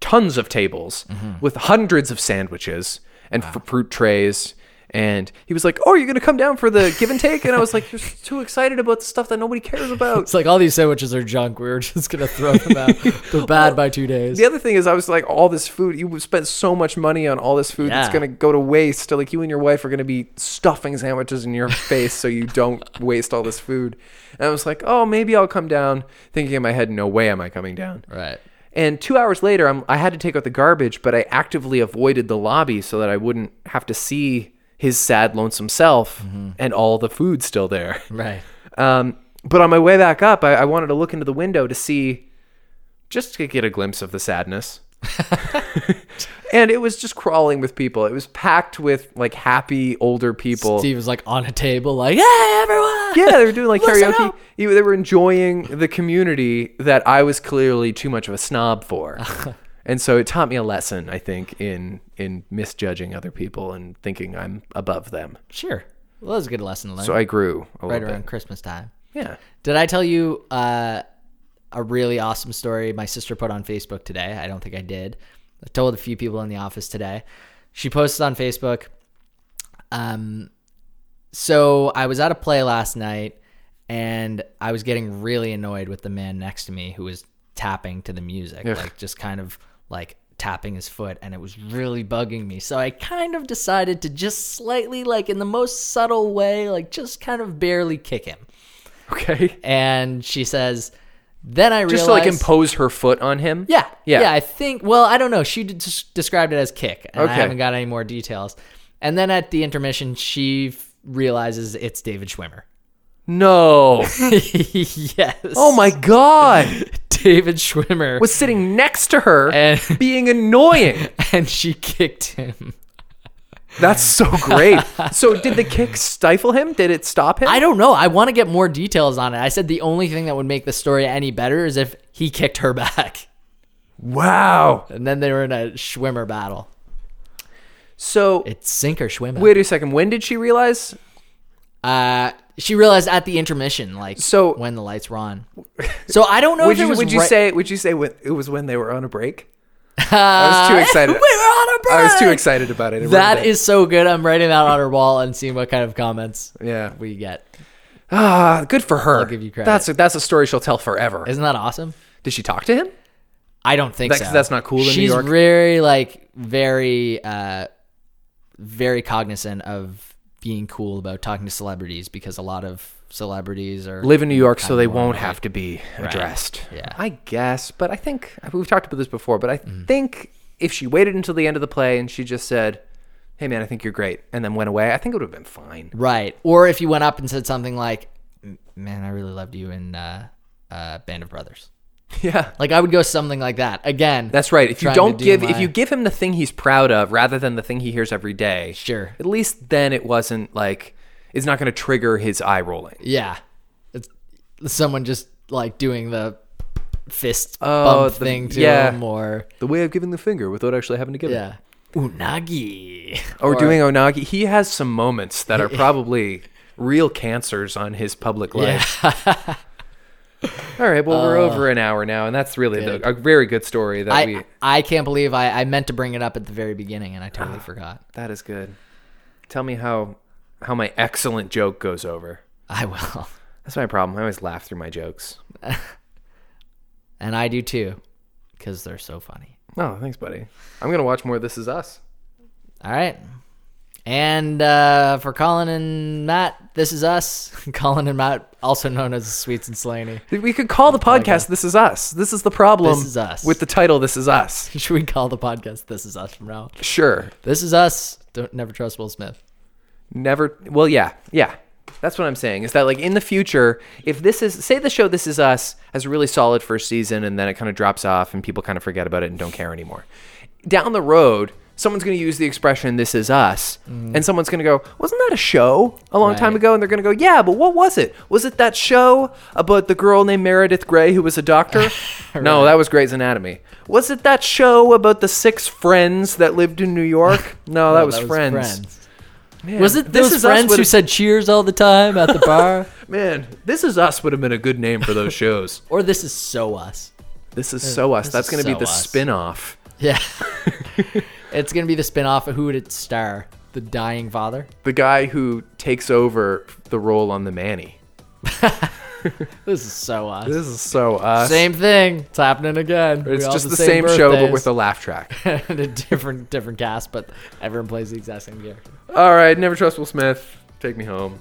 tons of tables with hundreds of sandwiches and fr- fruit trays and he was like, "Oh, you're going to come down for the give and take?" And I was like, "You're *laughs* too excited about the stuff that nobody cares about."
it's like all these sandwiches are junk. We were *laughs* just gonna throw them out.
*laughs*
They're bad by two days.
The other thing is, I was like, all this food. You spent so much money on all this food that's
Yeah.
gonna go to waste. So, like, you and your wife are gonna be stuffing sandwiches in your face so you
*laughs*
don't waste all this food. And I was like, oh, maybe I'll come down. Thinking in my head, no way am I coming down.
Right.
And two hours later, I'm, I had to take out the garbage, but I actively avoided the lobby so that I wouldn't have to see his sad, lonesome self
Mm-hmm.
and all the food still there.
Right.
Um, but on my way back up, I, I wanted to look into the window to see, just to get a glimpse of the
*laughs*
sadness. and it was just crawling with people. It was packed with like happy older people.
Steve was like on a table, like, "Hey, everyone!"
Yeah, they were doing like
*laughs* Listen
karaoke.
up.
You- They were enjoying the community that I was clearly too much of a snob
*laughs*
for. and so it taught me a lesson, I think, in in misjudging other people and thinking I'm above them.
Sure. Well, that was a good lesson to learn.
So I grew a
right
little
around
bit.
Christmas time.
Yeah. *laughs*
Did I tell you uh, a really awesome story my sister put on Facebook today? I don't think I did. I told a few people in the office today. She posted on Facebook. Um, so I was at a play last night and I was getting really annoyed with the man next to me who was tapping to the music, like just kind of like tapping his foot and it was really bugging me. So I kind of decided to just slightly like in the most subtle way, like just kind of barely kick him
Okay.
and she says, "Then I
Just
realized,
to like impose her foot on him.
yeah,
Yeah.
yeah, I think. Well, I don't know. She d- just described it as kick, and I
Okay.
haven't got any more details. And then at the intermission, she f- realizes it's David Schwimmer. *laughs*
No.
yes.
Oh my
*laughs*
god.
David Schwimmer
Was sitting next to her
And-
*laughs* being annoying.
*laughs* and she kicked him.
That's so
*laughs*
great. So did the kick stifle him? Did it stop him?
I don't know. I want to get more details on it. I said the only thing that would make the story any better is if he kicked her *laughs* back,
wow.
and then they were in a Schwimmer battle.
So
It's sink or swim.
wait a second. When did she realize?
Uh, she realized at the intermission, like
So-
when the lights were
*laughs*
on. So I don't know
Would
if it
you
was.
would you
right-
say would you say when, it was when they were on a
*laughs*
break? I was too excited.
we were on a break?
I was too excited about it. I wrote
That is so good. I'm writing that on her wall and seeing what kind of comments
yeah.
we get.
Ah, good for her.
give you credit.
That's a, that's a story she'll tell forever.
Isn't that awesome?
did she talk to him?
I don't think
That-
so.
that's not cool in New
She's
York?
very like very uh, very cognizant of being cool about talking to celebrities because a lot of celebrities are
live in New York so they
more
won't
like-
have to be addressed.
Yeah.
I guess, but I think we've talked about this before, but I think if she waited until the end of the play and she just said, "Hey man, I think you're great," and then went away, I think it would have been fine.
Right. Or if you went up and said something like, "M- "Man, I really loved you in uh, uh, Band of Brothers."
*laughs* Yeah.
Like I would go something like that. Again,
That's right. If you
trying to
don't
do
give if
my-
you give him the thing he's proud of rather than the thing he hears every day,
Sure.
At least then it wasn't like it's not going to trigger his eye rolling.
yeah, it's someone just like doing the fist
Oh,
bump
the-
thing to
yeah.
him or
The way of giving the finger without actually having to give it.
yeah, Oh, unagi.
Or, doing onagi. He has some moments that are probably real cancers on his public life.
yeah. *laughs* Uh,
All right, well, we're over an hour now, and that's really the, a very good story that we.
I I can't believe I I meant to bring it up at the very beginning and I
*sighs*
totally forgot.
That is good. Tell me how how my excellent joke goes over.
I will. *laughs*
That's my problem. I always laugh through my jokes.
And I do too, because they're so funny.
Oh, thanks, buddy. I'm gonna watch more This Is Us.
All right. And uh, for Colin and Matt, this is us. *laughs* Colin and Matt, also known as Sweets and Slaney. *laughs*
We could call the podcast "This Is Us." This is the problem.
This Is Us.
with the title "This Is Us."
Should we call the podcast "This Is Us" from now? on?
Sure.
This is us. Don't never trust Will Smith.
Never. Well, yeah, yeah. That's what I'm saying. Is that like in the future, if this is say the show "This Is Us" has a really solid first season, and then it kind of drops off, and people kind of forget about it and don't care anymore. Down the road, someone's going to use the expression "This Is Us," and someone's going to go, "Wasn't that a show a long time
Right.
ago?" And they're going to go, "Yeah, but what was it? Was it that show about the girl named Meredith Grey who was a *laughs* doctor?" No, that was Grey's Anatomy. Was it that show about the six friends that lived in New York? No,
Oh,
that, was, friends.
Was it
This
those
Is Us
friends who
would've-
said cheers all the time at the
*laughs*
bar?
Man, this is us would have been a good name for those shows.
or this is so us?
This is so us. That's
is
going to be
so
the
us.
spin-off.
Yeah. *laughs* it's going to be the spin-off of Who Would It Star? The Dying Father?
The guy who takes over the role on the Manny.
This is so us.
This is so us.
Same thing. It's happening again.
it's just the, same, show but with a laugh track.
a-, *laughs* and a different different cast, but everyone plays the exact same character.
All right, never trust Will Smith. Take me home.